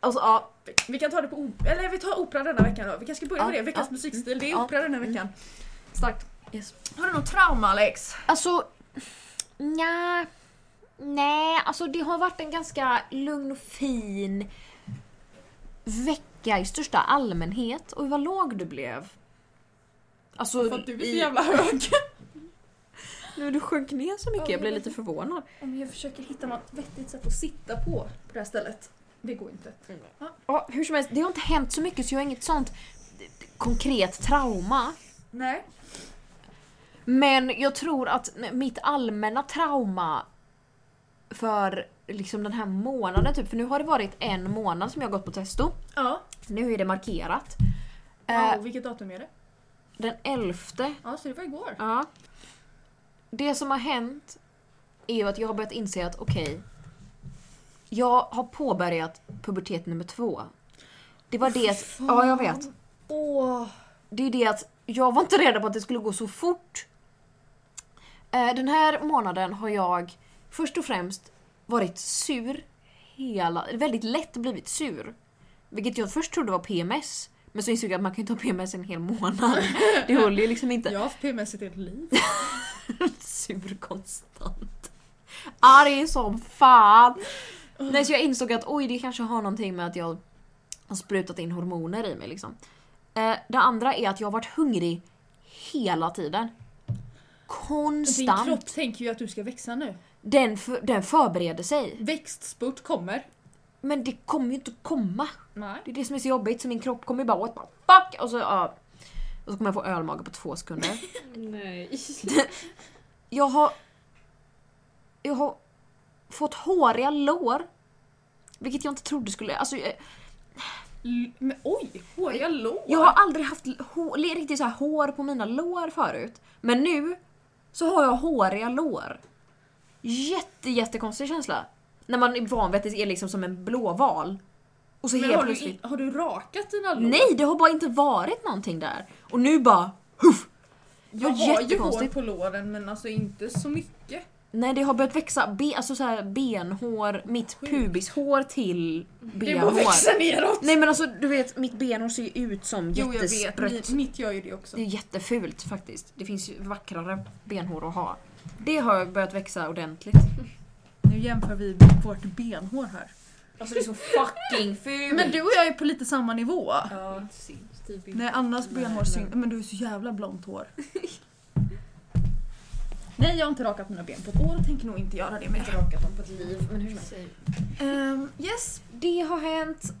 Speaker 3: Och så, ja,
Speaker 1: Vi kan ta det på o- eller vi tar opera denna veckan då. Vi kanske börjar
Speaker 3: Ja,
Speaker 1: med det. Veckans
Speaker 3: ja, Mm.
Speaker 1: musikstil, det är
Speaker 3: ja,
Speaker 1: opera denna veckan. Starkt.
Speaker 3: Yes.
Speaker 1: Har du något trauma Alex?
Speaker 3: Alltså, nja. Nej, alltså det har varit en ganska lugn och fin vecka i största allmänhet. Oj vad låg du blev. Alltså,
Speaker 1: För att du är så
Speaker 3: i-
Speaker 1: jävla hög.
Speaker 3: nu, du sjönk ner så mycket,
Speaker 1: Ja,
Speaker 3: jag blev
Speaker 1: jag
Speaker 3: lite
Speaker 1: vet.
Speaker 3: förvånad.
Speaker 1: Om jag försöker hitta något vettigt sätt att sitta på, på det här stället. Det går inte.
Speaker 3: Ja, hur som helst, det har inte hänt så mycket så jag har inget sånt konkret trauma.
Speaker 1: Nej.
Speaker 3: Men jag tror att mitt allmänna trauma för liksom den här månaden, typ, för nu har det varit en månad som jag har gått på testo.
Speaker 1: Ja.
Speaker 3: Nu är det markerat. Eh,
Speaker 1: Wow, vilket datum är det?
Speaker 3: den 11.
Speaker 1: Ja, så det var igår.
Speaker 3: Ja. Det som har hänt är ju att jag har börjat inse att okej, jag har påbörjat pubertet nummer två. Det var det att, ja jag vet.
Speaker 1: Åh.
Speaker 3: Det är det att jag var inte redo på att det skulle gå så fort. Eh, Den här månaden har jag först och främst varit sur hela, väldigt lätt blivit sur. Vilket jag först trodde var PMS. Men så insåg jag att man kan ju inte ha PMS en hel månad. Det håller ju liksom inte.
Speaker 1: Jag har haft PMS i ett helt liv.
Speaker 3: Sur konstant. Arg som fan. Nej, så jag insåg att oj, det kanske har någonting med att jag har sprutat in hormoner i mig liksom. Eh, det andra är att jag har varit hungrig hela tiden.
Speaker 1: Din
Speaker 3: Konstant.
Speaker 1: kropp tänker ju att du ska växa nu.
Speaker 3: Den, för, den förbereder sig.
Speaker 1: Växtspurt kommer.
Speaker 3: Men det kommer ju inte komma.
Speaker 1: Nej.
Speaker 3: Det är det som är så jobbigt, så min kropp kommer ju bara what the fuck! Och så, ja. och så kommer jag få ölmage på två sekunder.
Speaker 2: Nej.
Speaker 3: Jag har... Jag har fått håriga lår. Vilket jag inte trodde skulle... Alltså, jag,
Speaker 1: L- men oj, håriga lår.
Speaker 3: jag har aldrig haft hår, riktigt så här hår på mina lår förut. Men nu så har jag håriga lår. Jätte, jättekonstig känsla. När man är van vid att det är liksom som en blåval. Och så
Speaker 1: men
Speaker 3: helt
Speaker 1: har, du
Speaker 3: plötsligt...
Speaker 1: in, har du rakat dina lår?
Speaker 3: Nej, det har bara inte varit någonting där. Och nu bara... Huff!
Speaker 1: Jag
Speaker 3: Jag
Speaker 1: har ju hår
Speaker 3: jättekonstigt.
Speaker 1: på låren men alltså inte så mycket.
Speaker 3: Nej, det har börjat växa be, alltså så här, benhår, mitt pubishår till
Speaker 1: Det går
Speaker 3: benhår.
Speaker 1: växa neråt.
Speaker 3: Nej men alltså du vet mitt benhår ser ju ut som
Speaker 1: Jo jag vet,
Speaker 3: jättesprätt.
Speaker 1: Mi- mitt gör ju det också.
Speaker 3: Det är jättefult faktiskt. Det finns ju vackrare benhår att ha. Det har börjat växa ordentligt.
Speaker 1: Nu jämför vi vårt benhår här.
Speaker 3: Alltså det är så fucking fult!
Speaker 1: Men du och jag är på lite samma nivå.
Speaker 2: Ja, syns typ inte.
Speaker 1: Nej Annas benhår syns. Men du är så jävla blont hår. Nej jag har inte rakat mina ben på ett år och tänker nog inte göra det mer.
Speaker 3: rakat dem på ett liv. Men hur som helst.
Speaker 1: Ehm, yes.
Speaker 3: Det har hänt.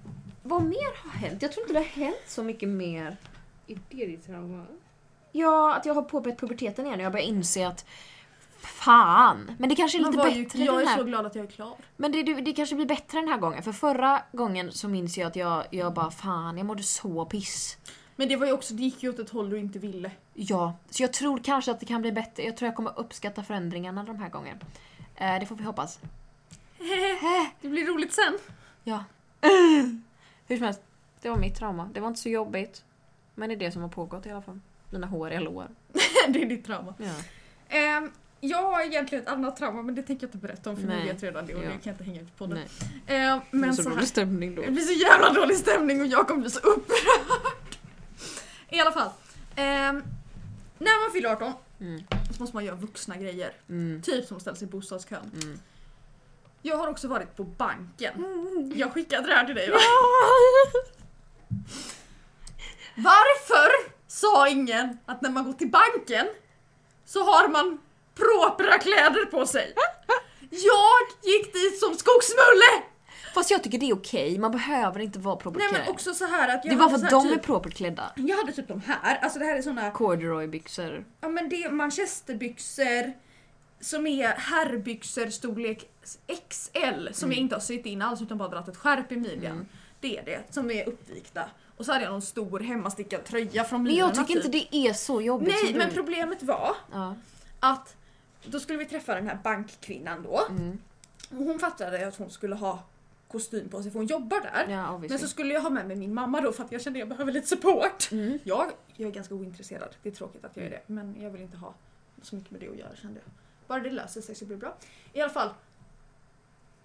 Speaker 3: Vad mer har hänt? Jag tror inte det har hänt så mycket mer.
Speaker 2: Är det ditt trauma?
Speaker 3: Ja, att jag har påbörjat puberteten igen och jag börjar inse att Fan! Men det kanske är
Speaker 1: Man
Speaker 3: lite
Speaker 1: var ju-
Speaker 3: bättre
Speaker 1: jag
Speaker 3: den
Speaker 1: är
Speaker 3: här
Speaker 1: så glad att jag är klar.
Speaker 3: Men det, det kanske blir bättre den här gången. För förra gången så minns jag att jag, jag bara fan jag mådde så piss.
Speaker 1: Men det var ju också, det gick ju åt ett håll du inte ville.
Speaker 3: Ja, så jag tror kanske att det kan bli bättre. Jag tror jag kommer uppskatta förändringarna de här gången. Eh, det får vi hoppas.
Speaker 1: Det blir roligt sen.
Speaker 3: Ja. Hur som helst, det var mitt trauma. Det var inte så jobbigt. Men det är det som har pågått i alla fall. Mina håriga lår.
Speaker 1: det är ditt trauma.
Speaker 3: Ja.
Speaker 1: Ehm, jag har egentligen ett annat trauma men det tänker jag inte berätta om för ni
Speaker 3: Nej.
Speaker 1: vet redan det och
Speaker 3: Ja.
Speaker 1: det kan jag inte hänga ut på nu.
Speaker 3: Nej.
Speaker 1: Ehm, men
Speaker 3: så
Speaker 1: så här,
Speaker 3: dålig stämning då.
Speaker 1: det blir så jävla dålig stämning och jag kommer bli så upprörd. I alla fall. ehm, när man fyller 18
Speaker 3: Mm.
Speaker 1: så måste man göra vuxna grejer.
Speaker 3: Mm.
Speaker 1: Typ som ställs i bostadskön.
Speaker 3: Mm.
Speaker 1: Jag har också varit på banken.
Speaker 3: Mm.
Speaker 1: Jag skickade det här till dig va? Varför sa ingen att när man går till banken så har man propra kläder på sig? Jag gick dit som skogsmulle!
Speaker 3: Fast jag tycker det är okej. Man behöver inte vara
Speaker 1: Nej
Speaker 3: properklädd.
Speaker 1: men också så här att jag
Speaker 3: Det är bara
Speaker 1: hade
Speaker 3: för att
Speaker 1: så här
Speaker 3: de är
Speaker 1: typ,
Speaker 3: properklädda.
Speaker 1: Jag hade typ de här, alltså det här är såna,
Speaker 3: Corduroybyxor.
Speaker 1: ja men det är manchesterbyxor som är herrbyxor storlek XL som jag
Speaker 3: Mm.
Speaker 1: inte har sytt in alls utan bara dragit ett skärp i midjan. Det är det, som är uppvikta. Och så hade jag någon stor hemmastickad tröja från
Speaker 3: Men jag
Speaker 1: Myrorna,
Speaker 3: tycker inte
Speaker 1: typ.
Speaker 3: det är så jobbigt typ.
Speaker 1: Nej
Speaker 3: som
Speaker 1: men
Speaker 3: du.
Speaker 1: problemet var
Speaker 3: Ja.
Speaker 1: att då skulle vi träffa den här bankkvinnan då.
Speaker 3: Mm.
Speaker 1: Och Hon fattade att hon skulle ha kostym på sig för hon jobbar där.
Speaker 3: Ja,
Speaker 1: Men så
Speaker 3: obviously.
Speaker 1: skulle jag ha med mig min mamma då för att jag kände att jag behöver lite support.
Speaker 3: Mm.
Speaker 1: Jag, jag är ganska ointresserad, det är tråkigt att jag är det. Men jag vill inte ha så mycket med det att göra kände jag. Bara det löser sig så blir det bra. I alla fall.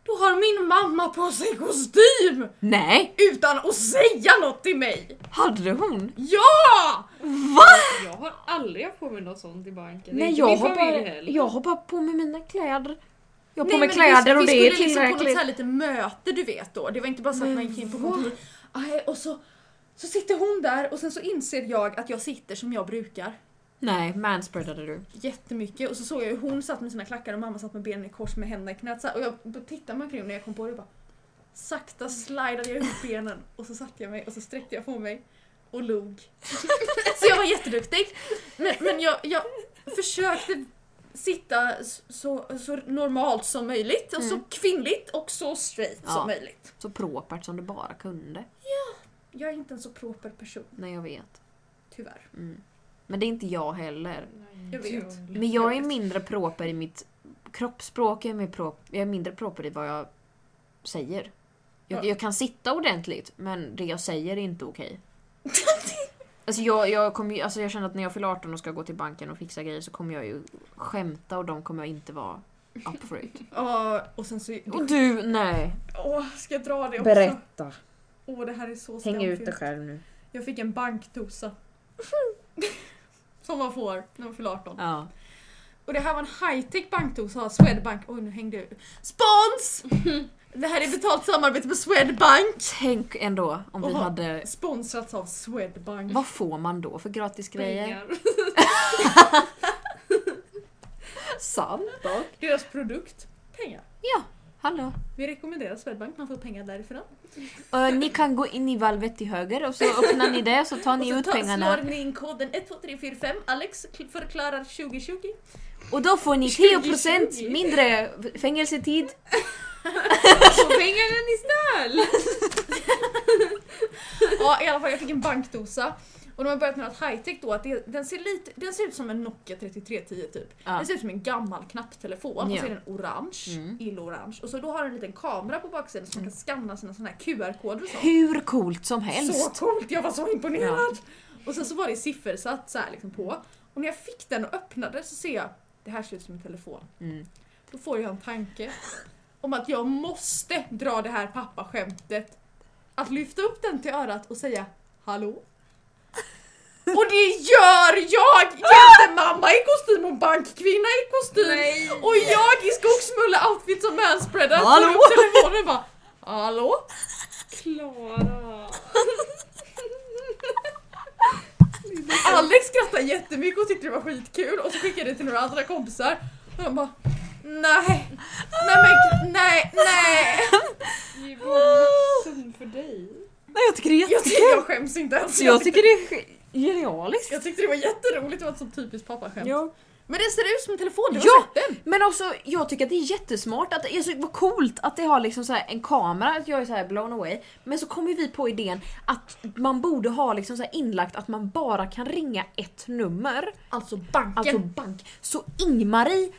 Speaker 1: Då har min mamma på sig kostym!
Speaker 3: Nej!
Speaker 1: Utan att säga något till mig!
Speaker 3: Hade hon?
Speaker 1: Ja!
Speaker 2: Jag har aldrig haft på mig något sånt i banken.
Speaker 3: Nej
Speaker 2: Inte
Speaker 3: jag
Speaker 2: min
Speaker 3: har,
Speaker 2: familj
Speaker 3: bara,
Speaker 2: heller.
Speaker 3: jag har bara på mig mina kläder. Jag har på
Speaker 1: Nej,
Speaker 3: mig
Speaker 1: men
Speaker 3: kläder och
Speaker 1: vi,
Speaker 3: det är
Speaker 1: Vi skulle liksom på något
Speaker 3: tillräckligt.
Speaker 1: så här lite möte du vet då. Det var inte bara så att man gick in på kontoret. Aj, Och så, så sitter hon där och sen så inser jag att jag sitter som jag brukar.
Speaker 3: Nej, manspreadade du.
Speaker 1: Jättemycket. Och så såg jag hur hon satt med sina klackar och mamma satt med benen i kors med händerna i knät. Så här, och jag tittade mig omkring när jag kom på det och bara sakta slidade jag ut benen och så satte jag mig och så sträckte jag på mig och log. så jag var jätteduktig. Men, men jag, jag försökte sitta s- så, så normalt som möjligt och så kvinnligt och så straight
Speaker 3: Mm. Ja.
Speaker 1: som möjligt.
Speaker 3: Så propert som du bara kunde.
Speaker 1: Jag är inte en så proper person,
Speaker 3: Nej jag vet. Mm.
Speaker 1: tyvärr.
Speaker 3: Men det är inte jag heller.
Speaker 1: Jag vet.
Speaker 3: Typ. Men jag är mindre proper i mitt kroppsspråk. Jag är, mer pro- jag är mindre proper i vad jag säger. Jag,
Speaker 1: Ja.
Speaker 3: jag kan sitta ordentligt men det jag säger är inte okej. Alltså jag, jag, kommer ju, alltså jag känner att när jag fyller 18 och ska gå till banken och fixa grejer så kommer jag ju skämta och de kommer jag inte vara up for it.
Speaker 1: Ja, och sen så...
Speaker 3: Och du, nej.
Speaker 1: Åh, ska jag dra det också? Åh, det här är så skamfyllt.
Speaker 3: själv nu.
Speaker 1: Jag fick en bankdosa. Som man får när man fyller 18.
Speaker 3: Ja.
Speaker 1: Och det här var en high-tech bankdosa, Swedbank. Oj, nu hängde jag ur. Spons! Det här är betalt samarbete med Swedbank.
Speaker 3: Tänk ändå om vi
Speaker 1: Oha.
Speaker 3: hade...
Speaker 1: Sponsrats av Swedbank.
Speaker 3: Vad får man då för gratis grejer?
Speaker 2: Pengar.
Speaker 3: Sant dock.
Speaker 1: Deras produkt? Pengar.
Speaker 3: Ja, hallå.
Speaker 1: Vi rekommenderar Swedbank, man får pengar därifrån.
Speaker 3: Eh, ni kan gå in i valvet till höger och så öppnar ni det så tar ni
Speaker 1: Och
Speaker 3: ut
Speaker 1: så
Speaker 3: pengarna.
Speaker 1: slår ni in koden 12345 Alex kl- förklarar 2020.
Speaker 3: Och då får ni 10% mindre fängelsetid.
Speaker 2: Och pengarna ni stal!
Speaker 1: Ja i alla fall jag fick en bankdosa. Och de har börjat med något high-tech då, att det, den, ser lite, den ser ut som en Nokia 3310 typ.
Speaker 3: Ja.
Speaker 1: Den ser ut som en gammal knapptelefon och
Speaker 3: Ja.
Speaker 1: så är den orange,
Speaker 3: Mm.
Speaker 1: illorange. Och så då har den en liten kamera på baksidan som kan skanna sina såna här QR-koder och sånt.
Speaker 3: Hur coolt som
Speaker 1: Så
Speaker 3: helst.
Speaker 1: coolt, jag var så imponerad! Och sen så var det siffersatt så här liksom på. Och när jag fick den och öppnade så ser jag, det här ser ut som en telefon.
Speaker 3: Mm.
Speaker 1: Då får jag en tanke om att jag måste dra det här pappaskämtet. Att lyfta upp den till örat och säga hallå? Och det gör jag! Jätte mamma i kostym och bankkvinna i kostym
Speaker 2: Nej.
Speaker 1: och jag i skogsmulle-outfit som manspreadar
Speaker 3: Hallå?
Speaker 1: tar upp telefonen och bara hallå?
Speaker 2: Klara!
Speaker 1: Alex skrattade jättemycket och tyckte det var skitkul och så skickade jag det till några andra kompisar och de bara nej, nej men nej, nej.
Speaker 2: Det var en sömn för dig.
Speaker 1: skäms inte ens.
Speaker 3: Så jag tycker det är genialiskt.
Speaker 1: jag tyckte det var jätteroligt, det var ett sånt typiskt pappaskämt.
Speaker 3: Ja.
Speaker 1: Men det ser ut som en telefon, du har
Speaker 3: Ja!
Speaker 1: sett den?
Speaker 3: Men också, jag tycker att det är jättesmart, att, alltså, vad coolt att det har liksom så här en kamera, att jag är så här blown away. Men så kommer vi på idén att man borde ha liksom så här inlagt att man bara kan ringa ett nummer,
Speaker 1: Alltså banken.
Speaker 3: alltså bank. Så Ingmarie,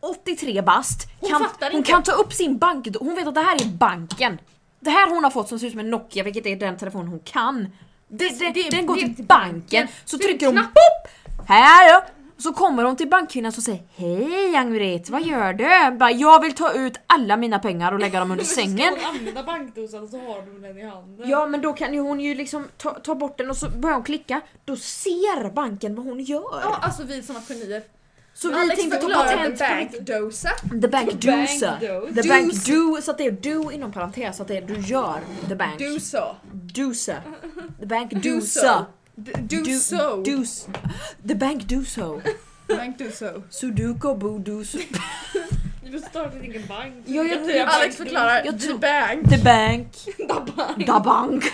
Speaker 3: 83 bast,
Speaker 1: Hon
Speaker 3: kan,
Speaker 1: fattar
Speaker 3: hon
Speaker 1: inte.
Speaker 3: kan ta upp sin bank, hon vet att det här är banken. Det här hon har fått som ser ut som en Nokia, vilket är den telefon hon kan. Det, det,
Speaker 1: Det-
Speaker 3: den går
Speaker 1: det-
Speaker 3: till banken, så
Speaker 1: det är en
Speaker 3: trycker hon
Speaker 1: knapp.
Speaker 3: pop! Här ja! Så kommer hon till bankkvinnan och säger Hej Angret, vad gör du? Bara, jag vill ta ut alla mina pengar och lägga dem under sängen.
Speaker 2: Ska hon använda bankdosan så har du den i handen.
Speaker 3: Ja men då kan ju hon ju liksom ta, ta bort den och så börjar hon klicka. Då ser banken vad hon gör.
Speaker 1: Ja, alltså vi är såna genier.
Speaker 3: så vi
Speaker 1: Alex
Speaker 3: tänkte ta
Speaker 1: förklarar
Speaker 3: patent
Speaker 1: the
Speaker 3: på
Speaker 1: bank dosa.
Speaker 3: The bank
Speaker 2: The bank
Speaker 3: dosa.
Speaker 2: do-
Speaker 3: The bank
Speaker 1: dosa.
Speaker 3: do, så att det är do inom parentes, så att det är du gör. The bank
Speaker 1: Do so.
Speaker 3: dosa. The bank
Speaker 1: Do
Speaker 3: dosa.
Speaker 1: so. D- Do,
Speaker 3: Do-
Speaker 1: so.
Speaker 3: do s- The bank do so.
Speaker 1: Bank do so.
Speaker 3: Sudoku boodoo so.
Speaker 2: Du får starta din egen bank.
Speaker 3: Ja, jag-
Speaker 2: Det är
Speaker 1: Alex
Speaker 2: bankdos.
Speaker 1: förklarar.
Speaker 3: Jag
Speaker 1: The
Speaker 3: tror-
Speaker 1: bank.
Speaker 3: The bank.
Speaker 2: Da bank.
Speaker 3: Da bank.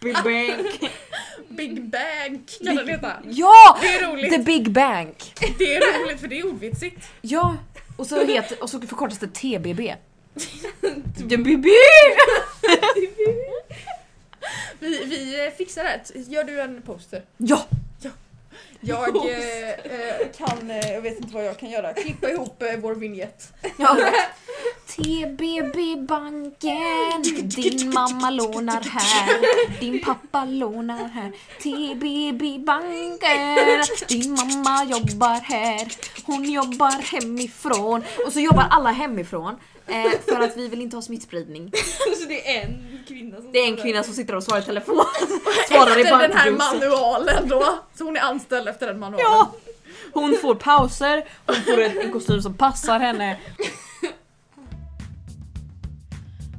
Speaker 3: Big bank.
Speaker 1: Big bank kan den heta.
Speaker 3: Ja!
Speaker 1: Det är roligt.
Speaker 3: The big bank.
Speaker 1: Det är roligt för det är ordvitsigt.
Speaker 3: Ja. Och så, heter, och så förkortas det TBB. The BB!
Speaker 1: Vi, vi eh, fixar det här. Gör du en poster?
Speaker 3: Ja!
Speaker 1: Jag eh, eh, kan, eh, jag vet inte vad jag kan göra, klippa ihop eh, vår vignett.
Speaker 3: ja. TBB-banken, din mamma lånar här, din pappa lånar här. TBB-banken, din mamma jobbar här, hon jobbar hemifrån. Och så jobbar alla hemifrån eh, för att vi vill inte ha smittspridning.
Speaker 2: Så det är en kvinna som
Speaker 3: Det är en
Speaker 2: står där.
Speaker 3: kvinna som sitter och svarar i telefon. Svarar i
Speaker 1: efter den här
Speaker 3: bankdosen.
Speaker 1: manualen då. Så hon är anställd efter den manualen.
Speaker 3: Ja! Hon får pauser, hon får en en kostym som passar henne.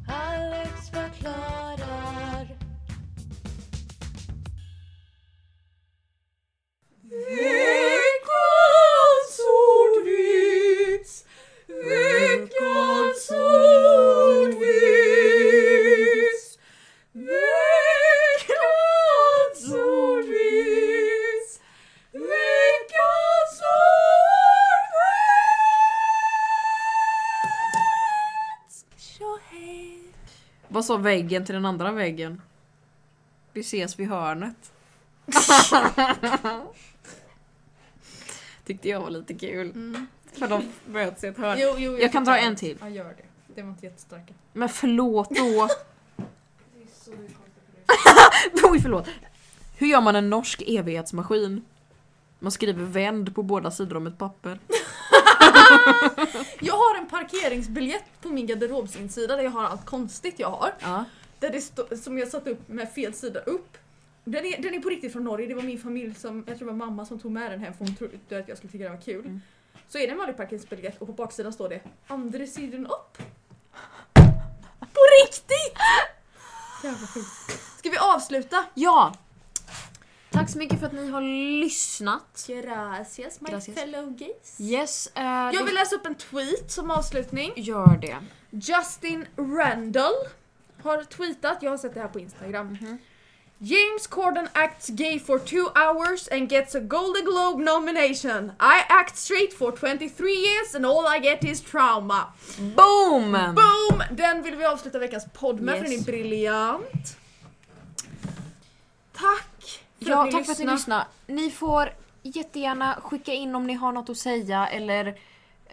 Speaker 4: Alex förklarar.
Speaker 1: Veckans ordvits! Veckans ordvits! Veckans ordvits! Veckans
Speaker 3: Vad sa väggen till den andra väggen? Vi ses vid hörnet. Tyckte jag var lite kul. För de möts i ett hörn.
Speaker 1: Mm. Jo, jo,
Speaker 3: Jag kan dra en till.
Speaker 1: Ja, gör det. Det var inte jättestarka.
Speaker 3: Men förlåt då.
Speaker 2: Det är så konstigt för dig.
Speaker 3: Oj förlåt. Hur gör man en norsk evighetsmaskin? Man skriver vänd på båda sidor om ett papper.
Speaker 1: Jag har en parkeringsbiljett på min garderobsinsida där jag har allt konstigt jag har.
Speaker 3: Ja.
Speaker 1: Där det stå, som jag satt upp med fel sida upp. Den är, den är på riktigt från Norge, det var min familj som, jag tror det var mamma som tog med den hem för hon trodde att jag skulle tycka det var kul.
Speaker 3: Mm.
Speaker 1: Så är det en vanlig parkeringsbiljett och på baksidan står det andra sidan upp. På riktigt! Jävla sjukt. Ska vi avsluta?
Speaker 3: ja! Tack så mycket för att ni har lyssnat.
Speaker 1: Gracias my
Speaker 3: Gracias.
Speaker 1: fellow gays.
Speaker 3: Yes, eh,
Speaker 1: Jag
Speaker 3: det-
Speaker 1: vill läsa upp en tweet som avslutning.
Speaker 3: gör det.
Speaker 1: Justin Randall har tweetat, jag har sett det här på Instagram.
Speaker 3: Mhm.
Speaker 1: James Corden acts gay for two hours and gets a Golden Globe nomination. I act straight for 23 years and all I get is trauma.
Speaker 3: Mm. Boom!
Speaker 1: Boom! Den vill vi avsluta veckans podd med för den är
Speaker 3: Yes.
Speaker 1: briljant. Tack för
Speaker 3: ja,
Speaker 1: att ni
Speaker 3: tack för att ni
Speaker 1: lyssnade.
Speaker 3: lyssnade. Ni får jättegärna skicka in om ni har något att säga eller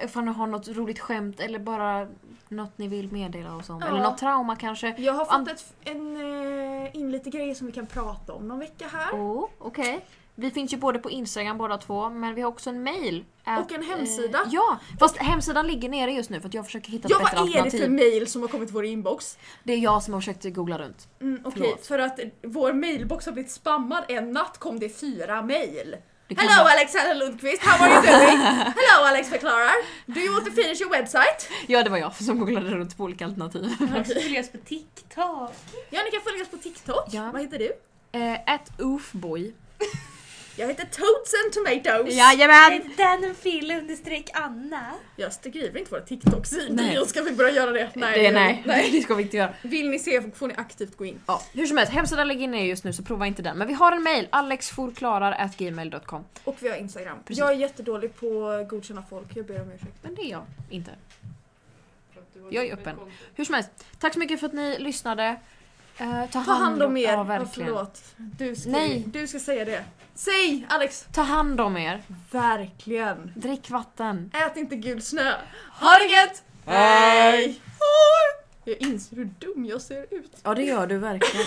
Speaker 3: ifall ni har något roligt skämt eller bara något ni vill meddela oss om.
Speaker 1: Ja.
Speaker 3: Eller något trauma kanske.
Speaker 1: Jag har
Speaker 3: An-
Speaker 1: fått ett, en, eh, in lite grejer som vi kan prata om någon vecka här.
Speaker 3: Oh, okej. Vi finns ju både på Instagram båda två men vi har också en mail.
Speaker 1: Och en hemsida.
Speaker 3: Eh, ja, fast hemsidan ligger nere just nu för att jag försöker hitta ett
Speaker 1: Ja,
Speaker 3: bättre
Speaker 1: vad är det
Speaker 3: alternativ.
Speaker 1: för mail som har kommit till vår inbox?
Speaker 3: det är jag som har försökt googla runt.
Speaker 1: Mm, Okej,
Speaker 3: Förlåt.
Speaker 1: för att vår mailbox har blivit spammad. En natt kom det fyra mail.
Speaker 3: Det kan
Speaker 1: Hello
Speaker 3: vara-
Speaker 1: Alexander Lundqvist, how are you doing? Hello Alex förklarar. Do you want to finish your website?
Speaker 3: Ja, det var jag som googlade runt på olika alternativ.
Speaker 2: Han ska följas på TikTok.
Speaker 1: Ja, ni kan följa oss på TikTok.
Speaker 3: Ja.
Speaker 1: Vad heter du?
Speaker 3: Eh, At oofboy.
Speaker 1: Jag heter Toads and Tomatoes.
Speaker 3: Jajamän!
Speaker 2: Den fil understreck Anna.
Speaker 1: Jag skriver inte våra TikTok-sidor.
Speaker 3: Nej.
Speaker 1: Jag ska vi börja göra det?
Speaker 3: Nej, det, nej. det ska vi inte göra.
Speaker 1: Vill ni se får ni aktivt gå in.
Speaker 3: Ja, hur som helst, hemsidan ligger inne just nu så prova inte den. Men vi har en mail, alexforklarar.gmail.com.
Speaker 1: Och vi har Instagram.
Speaker 3: Precis.
Speaker 1: Jag är jättedålig på att godkänna folk, jag ber om ursäkt.
Speaker 3: Men det är jag inte. Jag är öppen. Hur som helst, tack så mycket för att ni lyssnade. Eh, ta,
Speaker 1: Ta hand om er.
Speaker 3: Ja,
Speaker 1: Ja,
Speaker 3: verkligen.
Speaker 1: förlåt. Du ska,
Speaker 3: Nej.
Speaker 1: du ska säga det. Säg Alex!
Speaker 3: ta hand om er.
Speaker 1: Verkligen.
Speaker 3: Drick vatten.
Speaker 1: Ät inte gul snö. Ha det gött! Hej! Jag inser hur dum jag ser ut.
Speaker 3: Ja det gör du verkligen.